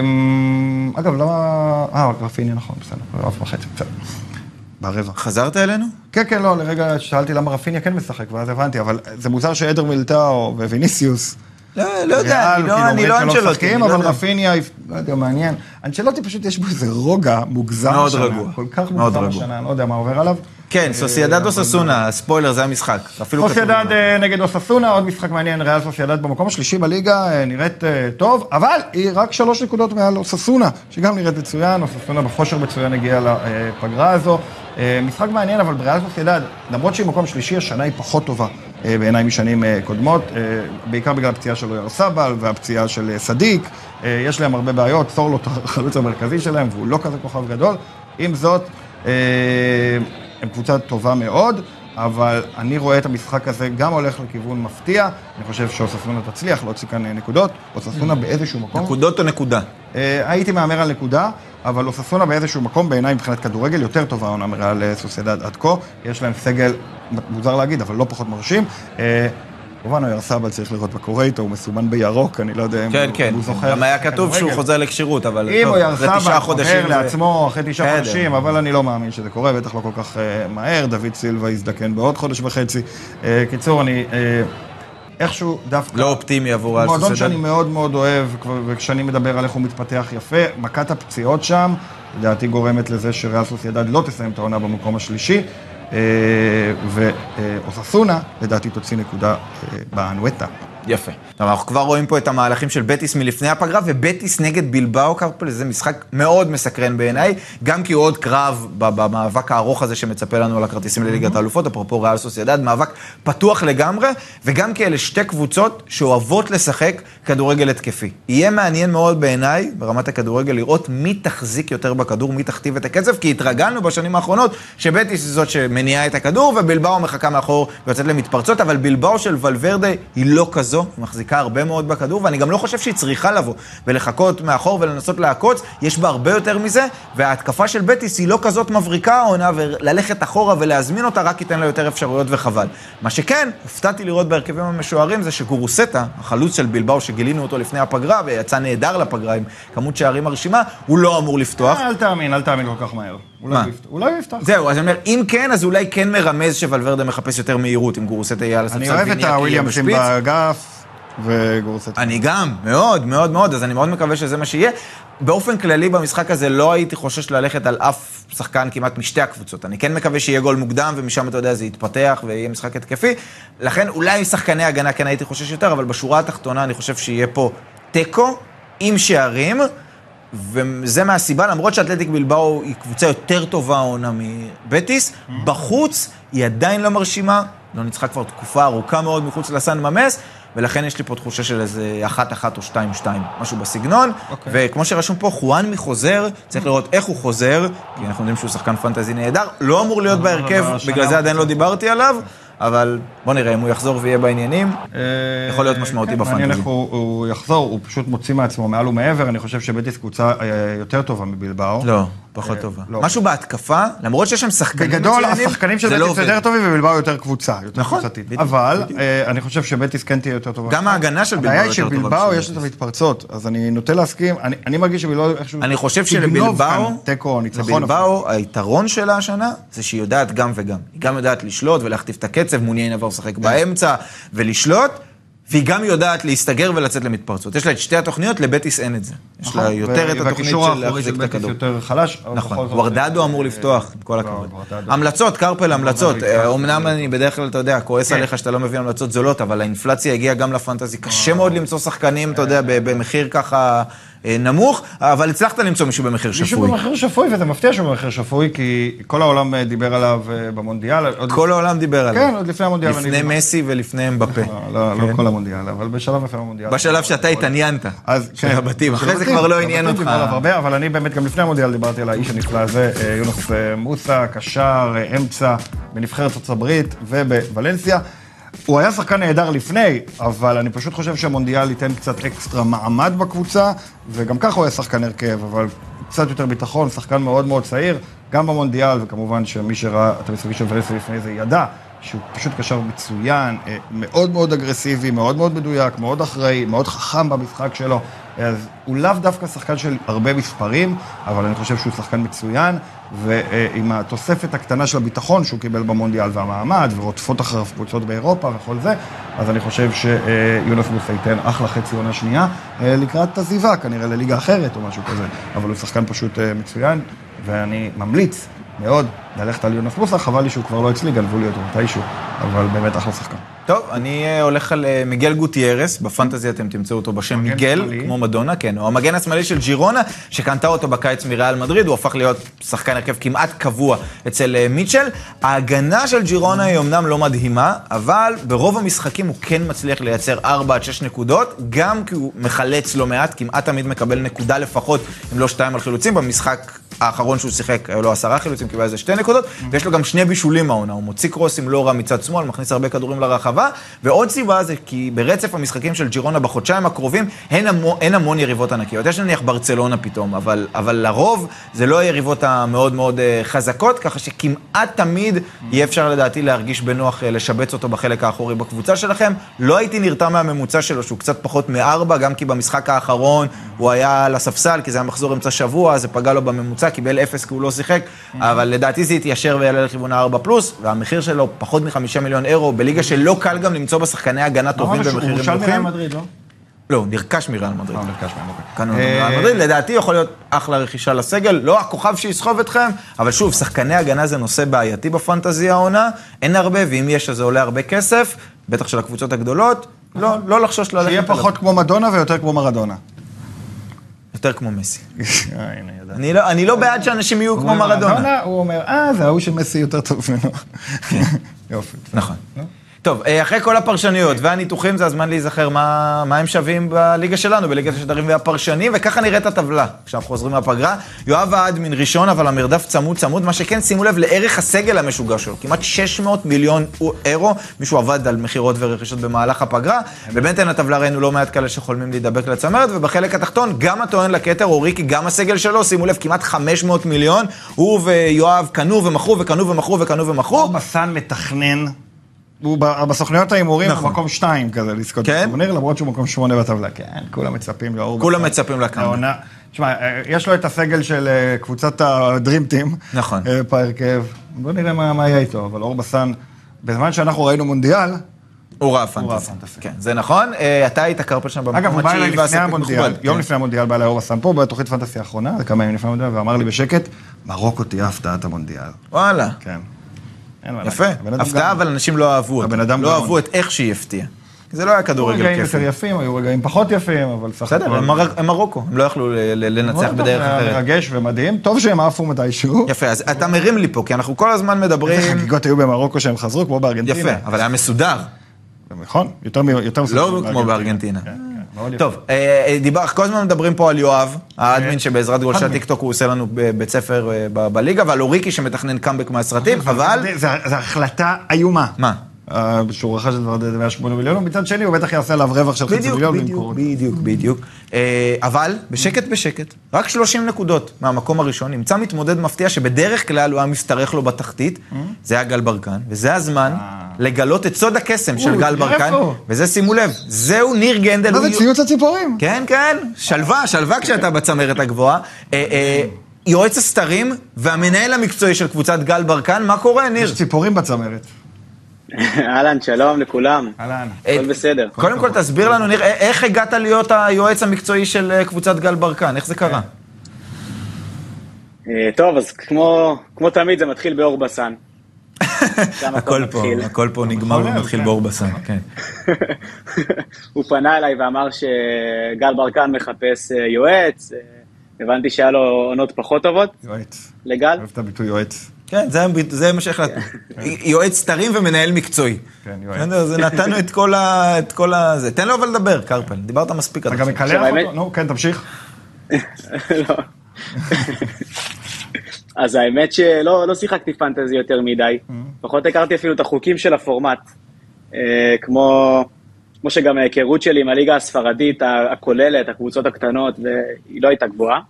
Speaker 2: אמ, אגב, למה... אה, רק רפיניה, נכון, בסדר, רב וחצי, בסדר. ברבע.
Speaker 1: חזרת אלינו?
Speaker 2: כן, כן, לא, לרגע שאלתי למה רפיניה כן משחק, ואז הבנתי, אבל זה מוזר שעדר מילטאו וויניסיוס...
Speaker 1: לא לא יודע,
Speaker 2: ריאל,
Speaker 1: אני
Speaker 2: כאילו,
Speaker 1: לא- אני
Speaker 2: אומרים
Speaker 1: לא
Speaker 2: שלא משחקים,
Speaker 1: אנשלוטי. אני לא
Speaker 2: אבל
Speaker 1: יודע.
Speaker 2: רפיניה, לא יודע, מעניין. אנשלוטי פשוט יש בו איזה רוגע מוגזם
Speaker 1: מאוד
Speaker 2: השנה.
Speaker 1: רגוע.
Speaker 2: כל כך
Speaker 1: מאוד
Speaker 2: מוגזם
Speaker 1: רגוע.
Speaker 2: השנה, אני לא יודע מה עובר עליו.
Speaker 1: כן, סוסיידד או ססונה, ספוילר, זה המשחק. אפילו כתוב
Speaker 2: אה, סוסיידד
Speaker 1: את זה.
Speaker 2: אה, נגד אוססונה, עוד משחק מעניין, ריאל סוסיידד במקום השלישי בליגה, אה, נראית אה, טוב, אבל היא רק שלוש נקודות מעל אוססונה, שגם נראית מצוין, אוססונה בכושר מצוין הגיעה לפגרה הזו. אה, משחק מעניין, אבל בריאל סוסיידד, למרות שהיא מקום שלישי, השנה היא פחות טובה אה, בעיניי משנים אה, קודמות, אה, בעיקר בגלל הפציעה של אויר סבל והפציעה של אה, סדיק, אה, יש להם הרבה בעיות, סורלו החלוץ המרכזי שלהם, והוא לא כזה כוכב גדול. עם זאת, אה, הם קבוצה טובה מאוד, אבל אני רואה את המשחק הזה גם הולך לכיוון מפתיע. אני חושב שאוססונה תצליח להוציא כאן אה, נקודות. אוססונה באיזשהו מקום...
Speaker 1: נקודות או נקודה?
Speaker 2: אה, הייתי מהמר על נקודה, אבל אוססונה באיזשהו מקום, בעיניי מבחינת כדורגל, יותר טובה העונה מריאל אה, סוסיידד עד כה. יש להם סגל, מוזר להגיד, אבל לא פחות מרשים. אה, כמובן, אויר סבל צריך לראות מה קורה איתו, הוא מסומן בירוק, אני לא יודע אם
Speaker 1: כן,
Speaker 2: הוא,
Speaker 1: כן.
Speaker 2: הוא זוכר.
Speaker 1: גם היה כתוב שהוא
Speaker 2: כדורגל.
Speaker 1: חוזר לכשירות, אבל
Speaker 2: אם
Speaker 1: טוב,
Speaker 2: הוא ירסה
Speaker 1: זה תשעה
Speaker 2: אומר
Speaker 1: חודשים. זה-
Speaker 2: לעצמו אחרי תשעה
Speaker 1: בסדר.
Speaker 2: חודשים, אבל אני לא מאמין שזה קורה, בטח לא כל כך אה, מהר, דוד סילבה יזדקן בעוד חודש וחצי. אה, קיצור, אני אה, איכשהו דווקא...
Speaker 1: לא אופטימי עבור ריאל
Speaker 2: מועדון שאני
Speaker 1: סוסיידד.
Speaker 2: מאוד מאוד אוהב, כבר- וכשאני מדבר על איך הוא מתפתח יפה, מכת הפציעות שם, לדעתי גורמת לזה שריאל סוסיידד לא תסיים את העונה במקום השלישי, אה, ואוססונה, לדעתי תוציא נקודה אה, באנואטה.
Speaker 1: יפה. אבל אנחנו כבר רואים פה את המהלכים של בטיס מלפני הפגרה, ובטיס נגד בלבאו קרפל, זה משחק מאוד מסקרן בעיניי, גם כי הוא עוד קרב ב- במאבק הארוך הזה שמצפה לנו על הכרטיסים לליגת האלופות, אפרופו ריאל סוסיידד, מאבק פתוח לגמרי, וגם כי אלה שתי קבוצות שאוהבות לשחק כדורגל התקפי. יהיה מעניין מאוד בעיניי, ברמת הכדורגל, לראות מי תחזיק יותר בכדור, מי תכתיב את הקצב, כי התרגלנו בשנים האחרונות שבטיס היא זאת שמניעה את הכדור, ובלבאו מחכה מאחור ויוצאת למתפרצות, אבל בלבאו של ולוורדה היא לא כזו, היא מחזיקה הרבה מאוד בכדור, ואני גם לא חושב שהיא צריכה לבוא ולחכות מאחור ולנסות לעקוץ, יש בה הרבה יותר מזה, וההתקפה של בטיס היא לא כזאת מבריקה העונה, וללכת אחורה ולהזמין אותה רק ייתן לה יותר אפשרויות וחבל. מה שכן, הופתעתי לראות בהרכבים המשוערים זה שגורוסטה, החלוץ של בלבאו שגילינו אותו לפני הפגרה, ויצא נהדר לפגרה עם כמות שערים מרשימה, הוא לא אמור לפתוח.
Speaker 2: אל תאמין, אל תאמין כל כך מהר. אולי
Speaker 1: מה?
Speaker 2: הוא יפתח. אולי הוא יפתח.
Speaker 1: זהו, אז אני אומר, אם כן, אז אולי כן מרמז שוולברדה מחפש יותר מהירות, אם גורוסטה יהיה על הספסל
Speaker 2: אני אוהב את
Speaker 1: ויניאק יהיה
Speaker 2: הוויליאמסים
Speaker 1: בשפיץ.
Speaker 2: באגף וגורסט.
Speaker 1: אני גם, מאוד, מאוד, מאוד, אז אני מאוד מקווה שזה מה שיהיה. באופן כללי, במשחק הזה לא הייתי חושש ללכת על אף שחקן כמעט משתי הקבוצות. אני כן מקווה שיהיה גול מוקדם, ומשם, אתה יודע, זה יתפתח ויהיה משחק התקפי. לכן, אולי שחקני הגנה כן הייתי חושש יותר, אבל בשורה התחתונה אני חושב שיהיה פה תיקו עם שערים, וזה מהסיבה, למרות שאתלטיק בלבאו היא קבוצה יותר טובה העונה מבטיס, בחוץ היא עדיין לא מרשימה, לא ניצחה כבר תקופה ארוכה מאוד מחוץ לסן ממס, ולכן יש לי פה תחושה של איזה אחת-אחת או שתיים-שתיים, משהו בסגנון.
Speaker 2: אוקיי.
Speaker 1: וכמו שרשום פה, חואנמי חוזר, צריך לראות איך הוא חוזר, כי אנחנו יודעים שהוא שחקן פנטזי נהדר, לא אמור להיות
Speaker 2: נכון, אבל
Speaker 1: בהרכב,
Speaker 2: השנה
Speaker 1: בגלל
Speaker 2: הוא
Speaker 1: זה עדיין לא דיברתי עליו, אבל בוא נראה אם הוא יחזור ויהיה בעניינים. יכול להיות משמעותי
Speaker 2: כן,
Speaker 1: בפנטזי.
Speaker 2: מעניין איך הוא הוא יחזור, הוא פשוט מוציא מעצמו מעל ומעבר, אני חושב שבטיס קבוצה אה, יותר טובה מבלבאו.
Speaker 1: לא. פחות
Speaker 2: אה,
Speaker 1: טובה.
Speaker 2: לא.
Speaker 1: משהו בהתקפה, למרות שיש שם שחקנים
Speaker 2: בגדול,
Speaker 1: מצוינים,
Speaker 2: השחקנים של
Speaker 1: זה לא
Speaker 2: בטיס
Speaker 1: עובד.
Speaker 2: יותר טובים ובלבאו יותר קבוצה, יותר
Speaker 1: נכון,
Speaker 2: קבוצתית.
Speaker 1: בדיוק,
Speaker 2: אבל אה, אני חושב שבטיס כן תהיה יותר טובה.
Speaker 1: גם ההגנה של
Speaker 2: הבעיה
Speaker 1: בלבאו
Speaker 2: היא
Speaker 1: יותר טובה
Speaker 2: שבלבאו
Speaker 1: משל
Speaker 2: יש את
Speaker 1: בטיס.
Speaker 2: המתפרצות, אז אני נוטה להסכים, אני- אני מרגיש שבלבאו איכשהו...
Speaker 1: אני חושב
Speaker 2: תגנוב כאן
Speaker 1: שלבלבאו,
Speaker 2: תיקו או ניצחון.
Speaker 1: לבלבאו, היתרון שלה השנה, זה שהיא יודעת גם וגם. היא גם יודעת לשלוט ולהכתיב את הקצב, מעוניין עבר
Speaker 2: כן.
Speaker 1: לשחק באמצע ולשלוט, והיא גם יודעת להסתגר ולצאת למתפרצות. יש לה את שתי התוכניות, לבטיס אין את זה. יש
Speaker 2: נכון,
Speaker 1: לה יותר את התוכנית
Speaker 2: והקישור
Speaker 1: של
Speaker 2: האחורי
Speaker 1: להחזיק
Speaker 2: של
Speaker 1: את
Speaker 2: בטיס
Speaker 1: הכדור.
Speaker 2: יותר חלש. אבל בכל
Speaker 1: נכון,
Speaker 2: זאת,
Speaker 1: וורדדו
Speaker 2: אה,
Speaker 1: אמר
Speaker 2: אה,
Speaker 1: לפתוח, עם כל
Speaker 2: לא,
Speaker 1: הכבוד.
Speaker 2: וורדדו.
Speaker 1: המלצות, קרפל, המלצות.
Speaker 2: ייקח.
Speaker 1: אה, אומנם אני בדרך כלל, אתה יודע, כועס
Speaker 2: כן.
Speaker 1: עליך שאתה לא מביא המלצות זולות, אבל האינפלציה הגיעה גם לפנטזי. קשה מאוד למצוא שחקנים, אתה יודע, ב- במחיר ככה אה, נמוך, אבל הצלחת למצוא מישהו במחיר
Speaker 2: מישהו
Speaker 1: שפוי.
Speaker 2: במחיר שפוי, וזה מפתיע שהוא במחיר שפוי, כי כל העולם אה, דיבר עליו אה, במונדיאל. עוד-
Speaker 1: כל העולם דיבר עליו.
Speaker 2: כן, עוד לפני המונדיאל. אני
Speaker 1: לפני
Speaker 2: דיברתי.
Speaker 1: מסי ולפני אמבפה.
Speaker 2: לא, לא לא כל המונדיאל, אבל בשלב לפני המונדיאל.
Speaker 1: בשלב שאתה התעניינת,
Speaker 2: אז
Speaker 1: של
Speaker 2: כן.
Speaker 1: הבתים, אחרי זה
Speaker 2: הבתים,
Speaker 1: כבר לא
Speaker 2: הבתים
Speaker 1: עניין אותך.
Speaker 2: דיברו עליו הרבה, אבל אני באמת גם לפני המונדיאל דיברתי על האיש הנפלא הזה, אה, יונס אה, מוסה, קשר, אה, אמצע, בנבחרת ארצות הברית ובוולנסיה. הוא היה שחקן נהדר לפני, אבל אני פשוט חושב שהמונדיאל ייתן קצת אקסטרה מעמד בקבוצה, וגם ככה הוא היה שחקן הרכב, אבל קצת יותר ביטחון, שחקן מאוד מאוד צעיר, גם במונדיאל, וכמובן שמי שראה את המשחקים של ולנסיה לפני זה ידע שהוא פשוט קשר מצוין, אה, מאוד מאוד אגרסיבי, מאוד מאוד מדויק, מאוד אחראי, מאוד חכם במשחק שלו. אז הוא לאו דווקא שחקן של הרבה מספרים, אבל אני חושב שהוא שחקן מצוין, ועם התוספת הקטנה של הביטחון שהוא קיבל במונדיאל והמעמד, ורודפות אחריו קבוצות באירופה וכל זה, אז אני חושב שיונס מוסה ייתן אחלה חצי עונה שנייה אה, לקראת עזיבה, כנראה לליגה אחרת או משהו כזה, אבל הוא שחקן פשוט אה, מצוין, ואני ממליץ מאוד ללכת על יונס מוסה, חבל לי שהוא כבר לא אצלי, גנבו לי אותו מתישהו, אבל באמת אחלה שחקן.
Speaker 1: טוב, אני אה, הולך על אה, מיגל גוטיירס, בפנטזי אתם תמצאו אותו בשם
Speaker 2: מגן
Speaker 1: מיגל,
Speaker 2: שמאלי.
Speaker 1: כמו מדונה, כן, הוא המגן השמאלי של ג'ירונה, שקנתה אותו בקיץ מריאל מדריד, הוא הפך להיות שחקן הרכב כמעט קבוע אצל אה, מיטשל. ההגנה של ג'ירונה היא אמנם לא מדהימה, אבל ברוב המשחקים הוא כן מצליח לייצר 4 עד 6 נקודות, גם כי הוא מחלץ לא מעט, כמעט תמיד מקבל נקודה לפחות, אם לא שתיים על חילוצים, במשחק... האחרון שהוא שיחק, היו לו עשרה חילוצים, קיבל איזה שתי נקודות, ויש לו גם שני בישולים העונה, הוא מוציא קרוסים לא רע מצד שמאל, מכניס הרבה כדורים לרחבה, ועוד סיבה זה כי ברצף המשחקים של ג'ירונה בחודשיים הקרובים, אין, המו, אין המון יריבות ענקיות. יש נניח ברצלונה פתאום, אבל, אבל לרוב זה לא היריבות המאוד מאוד אה, חזקות, ככה שכמעט תמיד יהיה אפשר לדעתי להרגיש בנוח אה, לשבץ אותו בחלק האחורי בקבוצה שלכם. לא הייתי נרתע מהממוצע שלו, שהוא קצת פחות מארבע, גם כי במשחק האחרון הוא היה על הספסל, כי זה היה מחזור אמצע שבוע, זה פגע לו בממוצע, קיבל אפס כי הוא לא שיחק, אבל לדעתי זה יתיישר ויעלה לכיוון הארבע פלוס, והמחיר שלו פחות מחמישה מיליון אירו, בליגה שלא קל גם למצוא בה שחקני הגנה טובים במחירים נוחים.
Speaker 2: מדריד, לא?
Speaker 1: לא, הוא נרכש מריאל מדריד.
Speaker 2: אה, מרכז שלהם, אוקיי.
Speaker 1: כאן הוא
Speaker 2: אה,
Speaker 1: מריאל מדריד, לדעתי יכול להיות אחלה רכישה לסגל, לא הכוכב שיסחוב אתכם, אבל שוב, שחקני הגנה זה נושא בעייתי בפנטזי העונה, אין הרבה, ואם יש אז זה עולה הרבה כסף, בטח של הקבוצות הגדולות, לא, לא לחשוש ללכת
Speaker 2: שיהיה
Speaker 1: עליו.
Speaker 2: פחות כמו מדונה ויותר כמו מרדונה.
Speaker 1: יותר כמו מסי.
Speaker 2: אה, הנה, ידעתי.
Speaker 1: אני לא, אני לא בעד שאנשים יהו כמו
Speaker 2: אומר
Speaker 1: מרדונה.
Speaker 2: מרדונה, הוא אומר, אה, זה ההוא שמסי יותר טוב ממנו. יופי.
Speaker 1: נכון. טוב, אה, אחרי כל הפרשנויות והניתוחים, זה הזמן להיזכר מה, מה הם שווים בליגה שלנו, בליגת השדרים והפרשנים, וככה נראית הטבלה כשאנחנו חוזרים מהפגרה. יואב האדמין ראשון, אבל המרדף צמוד צמוד, מה שכן, שימו לב לערך הסגל המשוגע שלו, כמעט 600 מיליון א- אירו, מישהו עבד על מכירות ורכישות במהלך הפגרה, ובינתיים הטבלה ראינו לא מעט כאלה שחולמים להידבק לצמרת, ובחלק התחתון, גם הטוען לכתר, אוריקי, גם הסגל שלו, שימו לב, כמעט 500 מיליון, הוא ויואב קנו ומכרו וקנו ומכרו וקנו ומכרו.
Speaker 2: מסן מתכנן. הוא ב- בסוכנויות ההימורים הוא
Speaker 1: נכון.
Speaker 2: מקום שתיים כזה לזכות
Speaker 1: כן?
Speaker 2: בטורניר, למרות שהוא מקום שמונה בטבלה. כן, כולם מצפים לאור.
Speaker 1: כולם
Speaker 2: בסן.
Speaker 1: מצפים לקאמבק.
Speaker 2: העונה- תשמע, אה, יש לו את הסגל של אה, קבוצת הדרים טים.
Speaker 1: נכון.
Speaker 2: אה, בהרכב. בוא נראה מה מה יהיה איתו, אבל אור בסן, בזמן שאנחנו ראינו מונדיאל,
Speaker 1: הוא ראה פנטזי.
Speaker 2: הוא ראה פנטזי.
Speaker 1: כן, זה נכון. אה, אתה היית קרפל שם במקום
Speaker 2: אגב, הוא בא אליי לפני
Speaker 1: והספק
Speaker 2: המונדיאל,
Speaker 1: מכובד.
Speaker 2: יום
Speaker 1: כן.
Speaker 2: לפני המונדיאל בא אליי אור בסן פה, בתוכנית פנטסיה האחרונה, כמה ימים לפני המונדיאל, ואמר לי בשקט, מרוקו תהיה הפתעת המונדיאל.
Speaker 1: וואלה,
Speaker 2: כן. אין מה להגיד.
Speaker 1: יפה.
Speaker 2: הבן אדם
Speaker 1: הפתעה,
Speaker 2: גם-
Speaker 1: אבל אנשים לא אהבו אותה.
Speaker 2: הבן אדם
Speaker 1: לא
Speaker 2: גאון.
Speaker 1: אהבו את איך שהיא הפתיעה. זה לא היה
Speaker 2: היו
Speaker 1: כדורגל
Speaker 2: רגעים יותר
Speaker 1: כיפי.
Speaker 2: יפים, היו רגעים פחות יפים, אבל סך
Speaker 1: בסדר, הם מר- הם מרוקו, הם לא יכלו ל- ל- לנצח
Speaker 2: מאוד טוב,
Speaker 1: בדרך
Speaker 2: היה
Speaker 1: אחרת.
Speaker 2: מרגש ומדהים, טוב שהם עפו מתישהו.
Speaker 1: יפה, אז אתה מרים לי פה, כי אנחנו כל הזמן
Speaker 2: איזה
Speaker 1: מדברים...
Speaker 2: חגיגות היו במרוקו שהם חזרו, כמו בארגנטינה.
Speaker 1: יפה, אבל היה מסודר,
Speaker 2: נכון, יותר מ... יותר
Speaker 1: לא
Speaker 2: מסובכים
Speaker 1: כמו בארגנטינה.
Speaker 2: כן, כן, מאוד יפה. אה,
Speaker 1: טוב, אה, אה, דיבר, כל הזמן מדברים פה על יואב, האדמין שבעזרת גולשת
Speaker 2: אדמין.
Speaker 1: טיקטוק הוא עושה לנו ב- בית ספר אה, ב- בליגה, ועל אוריקי שמתכנן קאמבק מהסרטים, אבל...
Speaker 2: זה- זה- זו החלטה איומה.
Speaker 1: מה?
Speaker 2: אה, שהוא רכש את ורדה ב-108 מיליון, ומצד שני הוא בטח יעשה עליו רווח של חצי
Speaker 1: בדיוק,
Speaker 2: מיליון
Speaker 1: בדיוק,
Speaker 2: למכור. אותו.
Speaker 1: בדיוק, בדיוק. אה, אבל, בשקט בשקט, רק 30 נקודות מהמקום הראשון, נמצא מתמודד מפתיע שבדרך כלל הוא היה משתרך לו בתחתית,
Speaker 2: Mm-hmm.
Speaker 1: זה היה גל ברקן, וזה הזמן לגלות את סוד הקסם של
Speaker 2: אה. אוי,
Speaker 1: גל
Speaker 2: איפה?
Speaker 1: ברקן, וזה, שימו לב, זהו ניר גנדל.
Speaker 2: מה
Speaker 1: הוא
Speaker 2: זה
Speaker 1: יו-
Speaker 2: ציוץ הציפורים?
Speaker 1: כן, כן, שלווה, שלווה כשאתה בצמרת הגבוהה. אה, אה, יועץ הסתרים והמנהל המקצועי של קבוצת גל ברקן, מה קורה, ניר?
Speaker 2: יש ציפורים בצמרת.
Speaker 3: אהלן, שלום לכולם.
Speaker 2: אהלן.
Speaker 3: הכל בסדר.
Speaker 1: אה, קודם כל, תסביר לנו, ניר, א- איך הגעת להיות היועץ המקצועי של אה, קבוצת גל ברקן? איך זה קרה?
Speaker 3: אה, טוב, אז כמו כמו תמיד זה מתחיל באור בסן. שם
Speaker 1: הכל פה,
Speaker 3: מתחיל.
Speaker 1: הכל פה נגמר
Speaker 2: הכל
Speaker 1: ומתחיל
Speaker 2: כן.
Speaker 1: באור בסן, כן.
Speaker 3: הוא פנה אליי ואמר שגל ברקן מחפש אה, יועץ, אה, הבנתי שהיה לו עונות פחות טובות
Speaker 2: יועץ.
Speaker 3: לגל.
Speaker 2: אוהב את הביטוי יועץ.
Speaker 1: כן, זה, זה מה שהחלטנו. יועץ סתרים ומנהל מקצועי.
Speaker 2: כן, יועץ.
Speaker 1: בסדר, זה נתנו את כל ה... את כל ה... זה. תן לו אבל לדבר, קרפל, דיברת מספיק עד
Speaker 2: אתה גם
Speaker 1: עכשיו.
Speaker 2: מקלח
Speaker 3: עכשיו,
Speaker 2: אותו?
Speaker 3: האמת-
Speaker 2: נו, כן, תמשיך.
Speaker 3: לא. אז האמת שלא לא שיחקתי פנטזי יותר מדי, פחות הכרתי אפילו את החוקים של הפורמט. אה, כמו, כמו שגם ההיכרות שלי עם הליגה הספרדית ה- הכוללת, הקבוצות הקטנות, והיא לא הייתה גבוהה.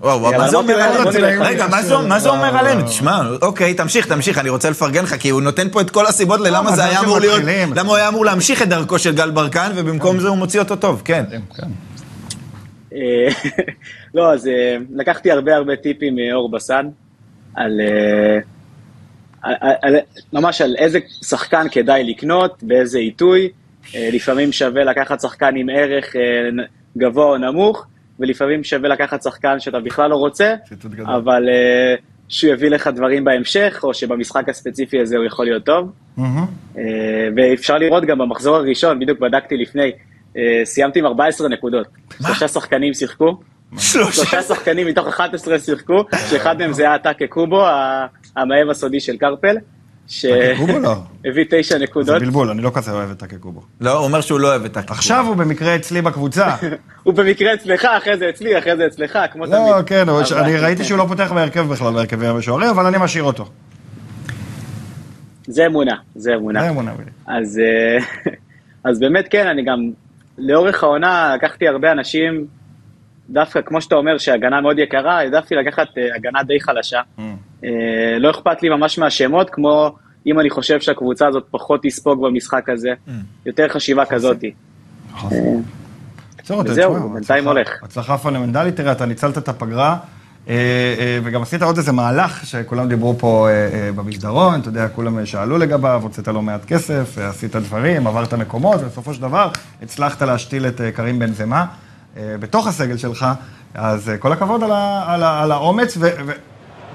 Speaker 1: וואו, וואו, מה
Speaker 3: אבל
Speaker 1: זה
Speaker 3: אמרתי
Speaker 1: אומר
Speaker 3: לו,
Speaker 1: עלינו?
Speaker 3: בוא נלך
Speaker 1: רגע, מה זה- מה זה אומר עלינו? תשמע, אוקיי, תמשיך, תמשיך, אני רוצה לפרגן לך, כי הוא נותן פה את כל הסיבות ללמה
Speaker 2: לא, אבל
Speaker 1: זה היה
Speaker 2: אנחנו
Speaker 1: אמור להיות...
Speaker 2: מתחילים.
Speaker 1: למה הוא היה אמור להמשיך את דרכו של גל ברקן, ובמקום זה הוא מוציא אותו טוב, כן.
Speaker 2: כן.
Speaker 3: אה, לא, אז אה, לקחתי הרבה הרבה טיפים מאור בסן, על, אה, על, על- על, ממש על איזה שחקן כדאי לקנות, באיזה עיתוי, אה, לפעמים שווה לקחת שחקן עם ערך אה, נ- גבוה או נמוך, ולפעמים שווה לקחת שחקן שאתה בכלל לא רוצה,
Speaker 2: ציטוט גדול.
Speaker 3: אבל אה, שהוא יביא לך דברים בהמשך, או שבמשחק הספציפי הזה הוא יכול להיות טוב.
Speaker 2: מהמם.
Speaker 3: אה, ואפשר לראות גם במחזור הראשון, בדיוק בדקתי לפני, אה, סיימתי עם 14 נקודות. שלושה שחקנים שיחקו,
Speaker 2: כן.
Speaker 1: שלושה.
Speaker 3: שלושה שחקנים מתוך 11 שיחקו, שאחד מהם זה היה אתה קקובו, ה- המאהב הסודי של קרפל, אה,
Speaker 2: קקובו לא.
Speaker 3: שהביא תשע
Speaker 2: זה
Speaker 3: נקודות.
Speaker 2: בלבול, אני לא כזה אוהב את הקקובו.
Speaker 1: לא, הוא אומר שהוא לא אוהב את הכיוון.
Speaker 2: עכשיו הוא במקרה אצלי בקבוצה.
Speaker 3: הוא במקרה אצלך, אחרי זה אצלי, אחרי זה אצלך, כמו תמיד.
Speaker 2: לא, כן, אבל ש-
Speaker 3: אבל-
Speaker 2: אני ראיתי שהוא לא פותח בהרכב בכלל, בהרכבי המשוערים, אבל אני משאיר אותו.
Speaker 3: זה אמונה, זה אמונה.
Speaker 2: זה אמונה בלי.
Speaker 3: אז, אה, אז באמת כן, אני גם, לאורך העונה לקחתי הרבה אנשים, דווקא כמו שאתה אומר שהגנה מאוד יקרה, העדפתי לקחת אה, הגנה די חלשה. אה, לא אכפת לי ממש מהשמות, כמו אם אני חושב שהקבוצה הזאת פחות תספוג במשחק הזה, יותר חשיבה כזאתי.
Speaker 2: עצור אותו,
Speaker 3: וזהו,
Speaker 2: תשמע,
Speaker 3: בינתיים
Speaker 2: הצלחה-
Speaker 3: הולך.
Speaker 2: הצלחה פונדמנטלית, תראה, אתה ניצלת את הפגרה, אה, אה, וגם עשית עוד איזה מהלך שכולם דיברו פה אה, אה, במסדרון, אתה יודע, כולם שאלו לגביו, הוצאת לא מעט כסף, אה, עשית דברים, עברת מקומות, ובסופו של דבר הצלחת להשתיל את אה, קרים בן זמה אה, בתוך הסגל שלך, אז אה, כל הכבוד על ה- על ה- על האומץ, ו- ו-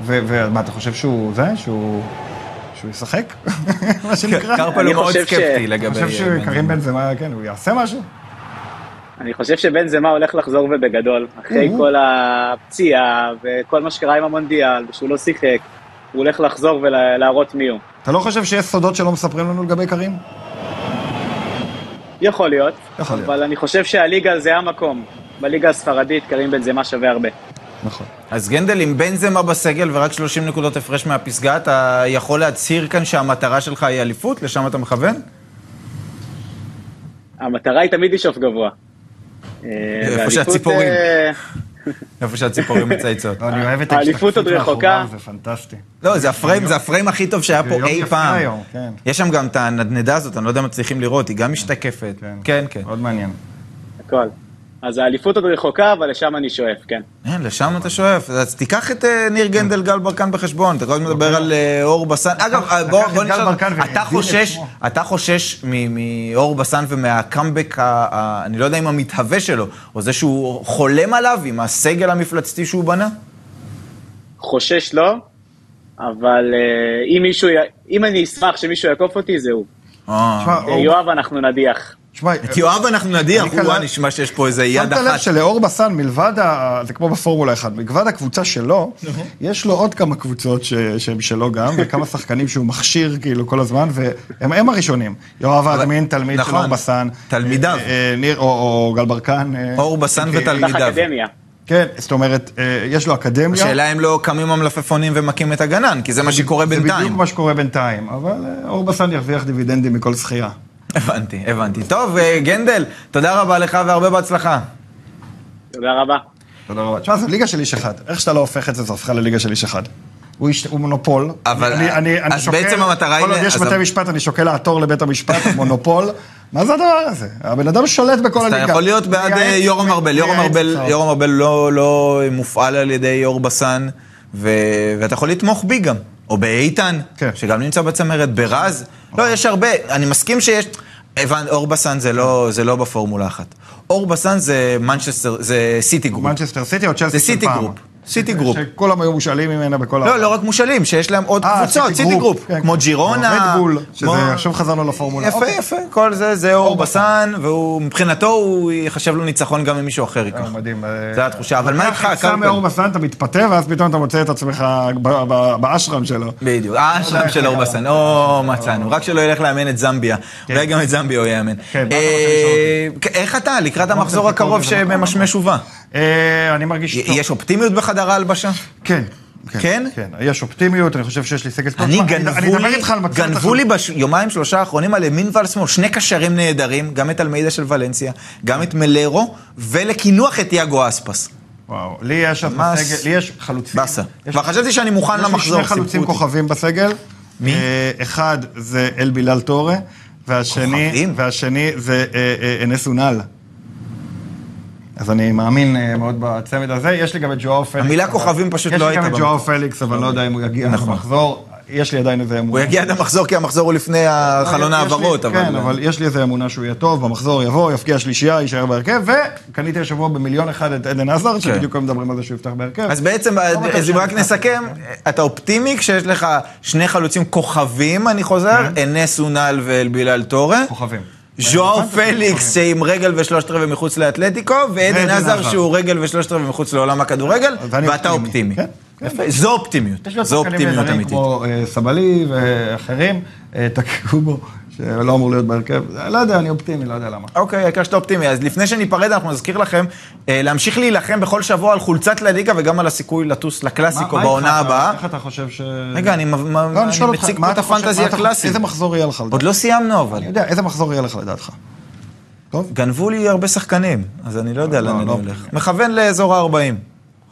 Speaker 2: ו- ומה, אתה חושב שהוא זה? שהוא... שהוא ישחק? מה שנקרא?
Speaker 1: קרפל הוא
Speaker 3: אני
Speaker 1: מאוד
Speaker 3: חושב ש-
Speaker 1: סקפטי
Speaker 2: אני
Speaker 1: לגבי...
Speaker 2: חושב
Speaker 1: אה,
Speaker 2: שקרים בן זמה, כן, הוא יעשה משהו?
Speaker 3: אני חושב שבן זמה הולך לחזור ובגדול, אחרי כל הפציעה וכל מה שקרה עם המונדיאל, ושהוא לא שיחק, הוא הולך לחזור ולהראות מי הוא.
Speaker 2: אתה לא חושב שיש סודות שלא מספרים לנו לגבי קרים?
Speaker 3: יכול להיות,
Speaker 2: יכול להיות.
Speaker 3: אבל אני חושב שהליגה זה המקום. בליגה הספרדית קרים בן זמה שווה הרבה.
Speaker 2: נכון.
Speaker 1: אז גנדל, עם בנזמה בסגל ורק 30 נקודות הפרש מהפסגה, אתה יכול להצהיר כאן שהמטרה שלך היא אליפות? לשם אתה מכוון?
Speaker 3: המטרה היא תמיד לשאוף גבוה. אה, והאליפות,
Speaker 1: שהציפורים.
Speaker 3: אה,
Speaker 1: איפה שהציפורים מצייצות.
Speaker 2: לא, אני אוהב את
Speaker 3: האליפות
Speaker 2: ההשתקפות
Speaker 3: עוד
Speaker 2: מאחוריו,
Speaker 3: רחוקה.
Speaker 2: זה פנטסטי.
Speaker 1: לא, זה הפריים, זה הפריים הכי טוב שהיה
Speaker 2: זה
Speaker 1: פה
Speaker 2: יום
Speaker 1: אי
Speaker 2: יפה
Speaker 1: פעם.
Speaker 2: היום, כן.
Speaker 1: יש שם גם את הנדנדה הזאת, אני לא יודע אם מצליחים לראות, היא גם משתקפת. כן, כן.
Speaker 2: מאוד מעניין.
Speaker 3: הכל. אז האליפות עוד רחוקה, אבל לשם אני שואף, כן.
Speaker 1: אין, לשם אתה שואף. אז תיקח את אה,
Speaker 2: כן.
Speaker 1: ניר גנדל גל ברקן בחשבון, אתה כל הזמן מדבר על אה, אור בסן. אגב, אה, בוא
Speaker 2: לקח את
Speaker 1: בוא
Speaker 2: גל
Speaker 1: נשאל,
Speaker 2: ברקן והעביר
Speaker 1: אתה
Speaker 2: את
Speaker 1: חושש,
Speaker 2: שמו.
Speaker 1: אתה חושש מ- מאור בסן ומהקאמבק, ה- ה- אני לא יודע אם המתהווה שלו, או זה שהוא חולם עליו עם הסגל המפלצתי שהוא בנה?
Speaker 2: כן.
Speaker 3: חושש לא, אבל אה, אם מישהו, י- אם אני אשמח שמישהו יעקוף אותי, זה הוא.
Speaker 1: אה.
Speaker 2: תשמע,
Speaker 3: אה,
Speaker 2: אור-
Speaker 3: יואב, אנחנו נדיח.
Speaker 2: תשמע,
Speaker 1: את יואב אנחנו נדיח,
Speaker 2: אני כלל-
Speaker 1: הוא נשמע שיש פה איזה יד
Speaker 2: שמת לב
Speaker 1: אחת.
Speaker 2: שלאור בסן, מלבד, ה- זה כמו בפורמולה 1, מלבד הקבוצה שלו, יש לו עוד כמה קבוצות ש- שהן שלו גם, וכמה שחקנים שהוא מכשיר כאילו כל הזמן, והם הם הראשונים. יואב אדמין, תלמיד של
Speaker 1: נכון.
Speaker 2: אור בסן.
Speaker 1: תלמידיו.
Speaker 2: אה, אה, ניר, או- או גל ברקן. אה,
Speaker 1: אור בסן
Speaker 2: אה,
Speaker 1: ותלמידיו.
Speaker 3: נדיח אקדמיה.
Speaker 2: כן, זאת אומרת, אה, יש לו אקדמיה.
Speaker 1: השאלה אם לא קמים המלפפונים ומכים את הגנן, כי זה מה שקורה
Speaker 2: כן, זה
Speaker 1: בינתיים.
Speaker 2: בדיוק מה שקורה בינתיים, אבל אה, אורבסן ירוויח דיבידנדים מכל זכייה.
Speaker 1: הבנתי, הבנתי. טוב, אה, גנדל, תודה רבה לך והרבה בהצלחה.
Speaker 3: תודה רבה.
Speaker 2: תודה רבה. תשמע, זו ליגה של איש אחד. איך שאתה לא הופך את זה, זו הפכה לליגה של איש אחד. הוא, איש, הוא מונופול.
Speaker 1: אבל- אה,
Speaker 2: אני, אני, אני
Speaker 1: אז
Speaker 2: שוקל,
Speaker 1: בעצם המטרה היא-
Speaker 2: כל עוד יש
Speaker 1: אז
Speaker 2: בתי
Speaker 1: המ-
Speaker 2: משפט, אני שוקל לעתור לבית המשפט, מונופול. מה זה הדבר הזה? הבן אדם שולט בכל
Speaker 1: אז
Speaker 2: הליגה.
Speaker 1: אתה יכול להיות בעד אה,
Speaker 2: מייעץ-
Speaker 1: יורם ארבל. יורם
Speaker 2: מייעץ
Speaker 1: ארבל-
Speaker 2: אותך.
Speaker 1: יורם ארבל לא- לא מופעל על ידי אור בסן, ו- ואתה יכול לתמוך בי גם. או באיתן,
Speaker 2: כן.
Speaker 1: שגם נמצא בצמרת, ברז. לא, יש הרבה. אני מסכים שיש... הבנ, אור בסן זה לא, זה לא בפורמולה אחת. אור בסן זה מנצ'סטר, זה סיטי גרופ.
Speaker 2: מנצ'סטר סיטי או צ'לסי
Speaker 1: זה
Speaker 2: של
Speaker 1: סיטי
Speaker 2: פעם.
Speaker 1: גרופ. סיטי גרופ.
Speaker 2: שכולם היו מושאלים ממנה בכל
Speaker 1: לא, לא רק מושאלים, שיש להם עוד
Speaker 2: אה,
Speaker 1: קבוצות, סיטי גרופ.
Speaker 2: כן,
Speaker 1: כמו
Speaker 2: כן.
Speaker 1: ג'ירונה.
Speaker 2: רדבול,
Speaker 1: כמו-
Speaker 2: שזה עכשיו חזרנו לפורמולה.
Speaker 1: יפה,
Speaker 2: אוקיי.
Speaker 1: יפה, כל זה, זה אור
Speaker 2: אור
Speaker 1: בסן, והוא, מבחינתו, הוא ייחשב לו ניצחון גם אם מישהו אחר ייקח.
Speaker 2: אה, מדהים.
Speaker 1: זה התחושה,
Speaker 2: אה,
Speaker 1: אבל מה איתך,
Speaker 2: קרפל?
Speaker 1: קרפל?
Speaker 2: מאור בסן, אתה מתפתה, ואז פתאום אתה מוצא את עצמך ב- ב- באשרם שלו.
Speaker 1: בדיוק, האשרם של אור בסן, או,
Speaker 2: כן.
Speaker 1: מצאנו, רק שלא ילך לאמן את זמביה, אולי גם את זמביה הוא יאמן.
Speaker 2: כן, מה אתה רוצה
Speaker 1: אה, איך אתה, לקראת המחזור
Speaker 2: רוצה לא.
Speaker 1: הקרוב
Speaker 2: לקרוא לזה
Speaker 1: שממשמש ובא?
Speaker 2: אה, אני מרגיש
Speaker 1: י-
Speaker 2: טוב.
Speaker 1: יש אופטימיות בחדר ההלבשה?
Speaker 2: כן.
Speaker 1: כן?
Speaker 2: כן, יש אופטימיות, אני חושב שיש לי סגל טוב.
Speaker 1: אני
Speaker 2: מה, אני
Speaker 1: גנבו
Speaker 2: אדבר
Speaker 1: לי,
Speaker 2: איתך על מצב
Speaker 1: גנבו לי ביומיים שלושה האחרונים על ימין ועל שמאל שני קשרים נהדרים, גם את אלמידה של ולנסיה, גם את מלרו, ולקינוח את יאגו אספס.
Speaker 2: וואו, לי יש אז
Speaker 1: מס-
Speaker 2: בסגל, לי יש חלוצים.
Speaker 1: באסה.
Speaker 2: יש-
Speaker 1: כבר חשבתי שאני מוכן
Speaker 2: יש לי
Speaker 1: למחזור,
Speaker 2: שני חלוצים
Speaker 1: סיפקו אותי.
Speaker 2: כוכבים בסגל.
Speaker 1: מי?
Speaker 2: אה, אחד זה אל בילאל טורה, והשני
Speaker 1: כוכבים?
Speaker 2: והשני זה אה, אה, אנס אונל. אז אני מאמין אה, מאוד בצמד הזה. יש לי גם את ג'ואר פליקס.
Speaker 1: המילה
Speaker 2: אבל-
Speaker 1: כוכבים פשוט לא
Speaker 2: יש לי
Speaker 1: הייתה
Speaker 2: גם את
Speaker 1: במקום.
Speaker 2: ג'ואר פליקס, אבל לא יודע אם הוא יגיע למחזור. יש לי עדיין איזה
Speaker 1: הוא
Speaker 2: אמונה.
Speaker 1: יגיע עד המחזור כי המחזור הוא לפני החלון
Speaker 2: לא, יש לי-
Speaker 1: העברות, אבל...
Speaker 2: כן, אבל יש לי איזה אמונה שהוא יהיה טוב, במחזור יבוא, יפקיע שלישייה, יישאר בהרכב, וקניתי השבוע במיליון אחד את עדן עזר, שבדיוק היום מדברים על זה שהוא יפתח בהרכב.
Speaker 1: כן. אז בעצם, אה,
Speaker 2: מקווה
Speaker 1: אז אם
Speaker 2: שאני
Speaker 1: רק
Speaker 2: אצטרך.
Speaker 1: נסכם,
Speaker 2: כן.
Speaker 1: אתה אופטימי כשיש לך שני חלוצים כוכבים, אני חוזר, אנס אונל ואלבילאל טורה.
Speaker 2: כן. כוכבים.
Speaker 1: ז'ואר פליקס שעם רגל ושלושת רבעי מחוץ לאתלטיקו, ועדן
Speaker 2: ועדן
Speaker 1: עזר
Speaker 2: עזר.
Speaker 1: שהוא רגל ושלושת רבעי מחוץ לעולם הכדורגל,
Speaker 2: ואני
Speaker 1: ואתה
Speaker 2: אופטימי.
Speaker 1: אופטימי.
Speaker 2: כן,
Speaker 1: יפה, זו אופטימיות,
Speaker 2: יש לו
Speaker 1: זו
Speaker 2: שחקנים
Speaker 1: אופטימיות
Speaker 2: נהדרים
Speaker 1: אמיתית.
Speaker 2: כמו אה, סבלי ואחרים, אה, טקקובו, שלא אמור להיות בהרכב. לא יודע, אני אופטימי, לא יודע למה.
Speaker 1: אוקיי, העיקר שאתה אופטימי. אז לפני שניפרד, אנחנו נזכיר לכם אה, להמשיך להילחם בכל שבוע על חולצת לליגה וגם על הסיכוי לטוס לקלאסיקו
Speaker 2: מה- מה איתך?
Speaker 1: בעונה הבאה.
Speaker 2: איך אתה חושב ש...
Speaker 1: רגע, אני מב- מב-
Speaker 2: לא, אני
Speaker 1: אני
Speaker 2: שואל אותך,
Speaker 1: מציג
Speaker 2: מה
Speaker 1: פה את
Speaker 2: אתה חושב-
Speaker 1: הפנטזי
Speaker 2: מה אתה חושב-
Speaker 1: הקלאסי.
Speaker 2: איזה מחזור יהיה לך לדעתך?
Speaker 1: עוד לא סיימנו אבל.
Speaker 2: אני יודע, איזה מחזור יהיה לך לדעתך? טוב?
Speaker 1: גנבו לי הרבה שחקנים, אז אני לא יודע
Speaker 2: לא,
Speaker 1: לאן אני
Speaker 2: לא.
Speaker 1: הולך. מכוון לאזור ה-40.
Speaker 2: וואה.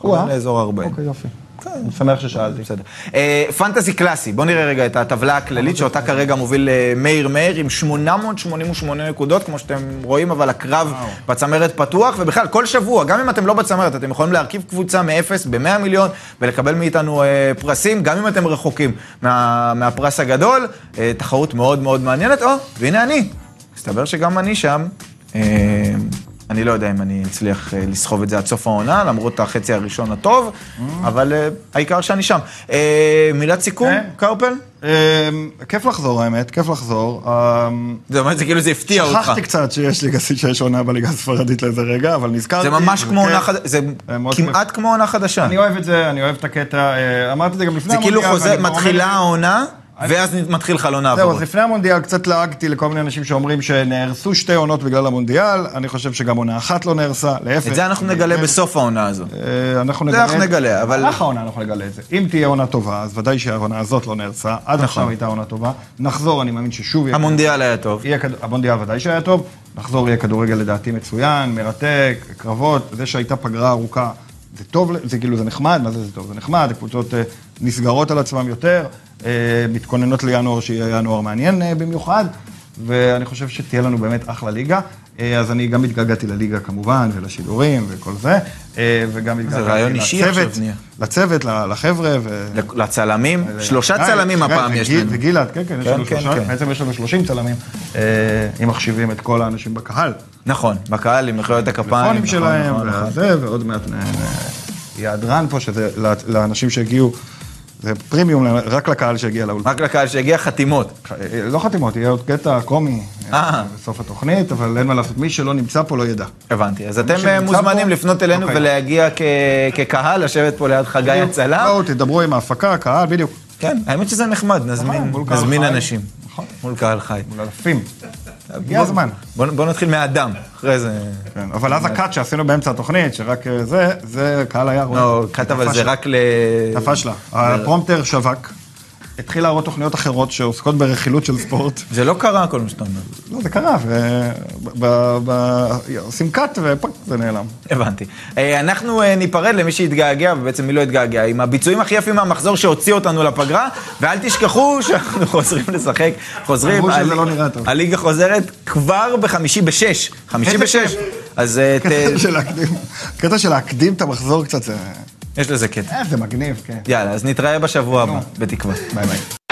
Speaker 1: מכוון לאזור ה-40.
Speaker 2: אוקיי, יופי. אני שמח ששאלתי.
Speaker 1: בסדר. אה, פנטזי קלאסי, בוא נראה רגע את הטבלה הכללית שאותה כרגע מוביל אה, מאיר מאיר עם 888 נקודות, כמו שאתם רואים, אבל הקרב בצמרת פתוח, ובכלל כל שבוע, גם אם אתם לא בצמרת, אתם יכולים להרכיב קבוצה מאפס ב-100 מיליון ולקבל מאיתנו אה, פרסים, גם אם אתם רחוקים מה- מהפרס הגדול, אה, תחרות מאוד מאוד מעניינת, או, והנה אני, מסתבר שגם אני שם. אה, אני לא יודע אם אני אצליח אה, לסחוב את זה עד סוף העונה, למרות החצי הראשון הטוב,
Speaker 2: Mm.
Speaker 1: אבל אה, העיקר שאני שם. אה, מילת סיכום,
Speaker 2: כן.
Speaker 1: קרפל?
Speaker 2: אמ, כיף לחזור האמת, כיף לחזור. אמ,
Speaker 1: זה באמת, זה כאילו זה הפתיע אותך.
Speaker 2: שכחתי קצת שיש ליגה שיש עונה בליגה הספרדית לאיזה רגע, אבל נזכרתי.
Speaker 1: זה ממש כמו
Speaker 2: כיף.
Speaker 1: עונה חדשה, זה
Speaker 2: אה, מאוד
Speaker 1: כמעט כמו עונה חדשה.
Speaker 2: אני אוהב את זה, אני אוהב את הקטע, אה, אמרתי את זה גם לפני
Speaker 1: זה כאילו
Speaker 2: המונדיאל,
Speaker 1: חוזר,
Speaker 2: ואני כבר
Speaker 1: מתחילה
Speaker 2: אומר-
Speaker 1: העונה, ואז מתחיל חלון
Speaker 2: זהו,
Speaker 1: העברות.
Speaker 2: אז לפני המונדיאל קצת לעגתי לכל מיני אנשים שאומרים שנהרסו שתי עונות בגלל המונדיאל, אני חושב שגם עונה אחת לא נהרסה, להפך.
Speaker 1: את זה אנחנו
Speaker 2: אני-
Speaker 1: נגלה בסוף העונה הזו.
Speaker 2: אה, אנחנו
Speaker 1: זה
Speaker 2: נגלה...
Speaker 1: אנחנו נגלה, אבל-
Speaker 2: במהלך העונה אנחנו נגלה את זה. אם תהיה עונה טובה, אז ודאי שהעונה הזאת לא נהרסה, עד
Speaker 1: נכון.
Speaker 2: עכשיו הייתה עונה טובה. נחזור, אני מאמין ששוב יהיה...
Speaker 1: המונדיאל היה טוב.
Speaker 2: יהיה כד... המונדיאל ודאי שהיה טוב, נחזור יהיה כדורגל לדעתי מצוין, מרתק, קרבות, זה שהייתה פגרה ארוכה, זה טוב, ל- זה כאילו, זה נחמד, מה זה זה טוב? זה נחמד, הקבוצות אה, נסגרות על עצמן יותר, אה, מתכוננות לינואר, שיהיה ינואר מעניין אה, במיוחד, ואני חושב שתהיה לנו באמת אחלה ליגה. אה, אז אני גם התגעגעתי לליגה כמובן, ולשידורים וכל זה, אה, וגם
Speaker 1: רעיון
Speaker 2: התגעגעתי
Speaker 1: אישי עכשיו
Speaker 2: לצוות,
Speaker 1: נהיה.
Speaker 2: לצוות, ל- לחבר'ה, ו...
Speaker 1: לצלמים, שלושה
Speaker 2: אה,
Speaker 1: צלמים
Speaker 2: רגע,
Speaker 1: הפעם
Speaker 2: זה
Speaker 1: יש
Speaker 2: גיל-
Speaker 1: לנו.
Speaker 2: זה גלעד, כן, כן, יש
Speaker 1: כן,
Speaker 2: לנו
Speaker 1: כן,
Speaker 2: שלושה,
Speaker 1: כן.
Speaker 2: בעצם יש לנו 30 צלמים, אה, אם מחשיבים את כל האנשים בקהל.
Speaker 1: נכון, בקהל עם מחיאות הכפיים.
Speaker 2: הפונים
Speaker 1: נכון,
Speaker 2: שלהם,
Speaker 1: נכון, נכון.
Speaker 2: וזה, ועוד מעט נ- נ- יהיה הדרן פה, שזה ל- לאנשים שהגיעו, זה פרימיום ל- רק לקהל שהגיע לאולפן.
Speaker 1: רק לקהל שהגיע חתימות.
Speaker 2: אה, לא חתימות, יהיה עוד קטע קומי
Speaker 1: אה.
Speaker 2: בסוף התוכנית, אבל אין מה לעשות, מי שלא נמצא פה לא ידע.
Speaker 1: הבנתי, אז אתם
Speaker 2: שנמצא
Speaker 1: אה, מוזמנים
Speaker 2: פה-
Speaker 1: לפנות אלינו
Speaker 2: אוקיי.
Speaker 1: ולהגיע כ- כקהל, לשבת פה ליד חגי הצלם.
Speaker 2: בואו, תדברו עם ההפקה, הקהל, בדיוק.
Speaker 1: כן, האמת שזה נחמד, נזמין
Speaker 2: נכון, מול קהל
Speaker 1: נזמין
Speaker 2: חי.
Speaker 1: אנשים.
Speaker 2: נכון.
Speaker 1: מול קהל חי.
Speaker 2: מול אלפים. הגיע הזמן.
Speaker 1: בוא, בוא נתחיל מהאדם, אחרי זה...
Speaker 2: כן, אבל אז הקאט שעשינו באמצע התוכנית, שרק אה, זה, זה קהל היה רואה.
Speaker 1: לא, קאט אבל
Speaker 2: תפש
Speaker 1: זה
Speaker 2: נכון. לה.
Speaker 1: רק ל...
Speaker 2: תפש לה. אה, הפרומטר שווק, התחיל להראות תוכניות אחרות שעוסקות ברכילות של ספורט.
Speaker 1: זה לא קרה כל מה שאתה אומר.
Speaker 2: לא, זה קרה, ו- ב- ב- עושים קאט ופאק, זה נעלם.
Speaker 1: הבנתי. אה, אנחנו אה, ניפרד למי שהתגעגע, ובעצם מי לא התגעגע, עם הביצועים הכי יפים מהמחזור שהוציא אותנו לפגרה, ואל תשכחו שאנחנו חוזרים לשחק, חוזרים...
Speaker 2: אמרו שזה
Speaker 1: הליג-
Speaker 2: לא נראה טוב.
Speaker 1: הליגה חוזרת כבר בחמישי בשש. חמישי
Speaker 2: איזה
Speaker 1: בשש.
Speaker 2: כיף.
Speaker 1: אז אה, ת-
Speaker 2: קטע של להקדים- קטע של להקדים את המחזור קצת, זה-
Speaker 1: יש לזה קטע.
Speaker 2: אה, זה מגניב, כן.
Speaker 1: יאללה, אז נתראה בשבוע הבא, בתקווה.
Speaker 2: ביי ביי.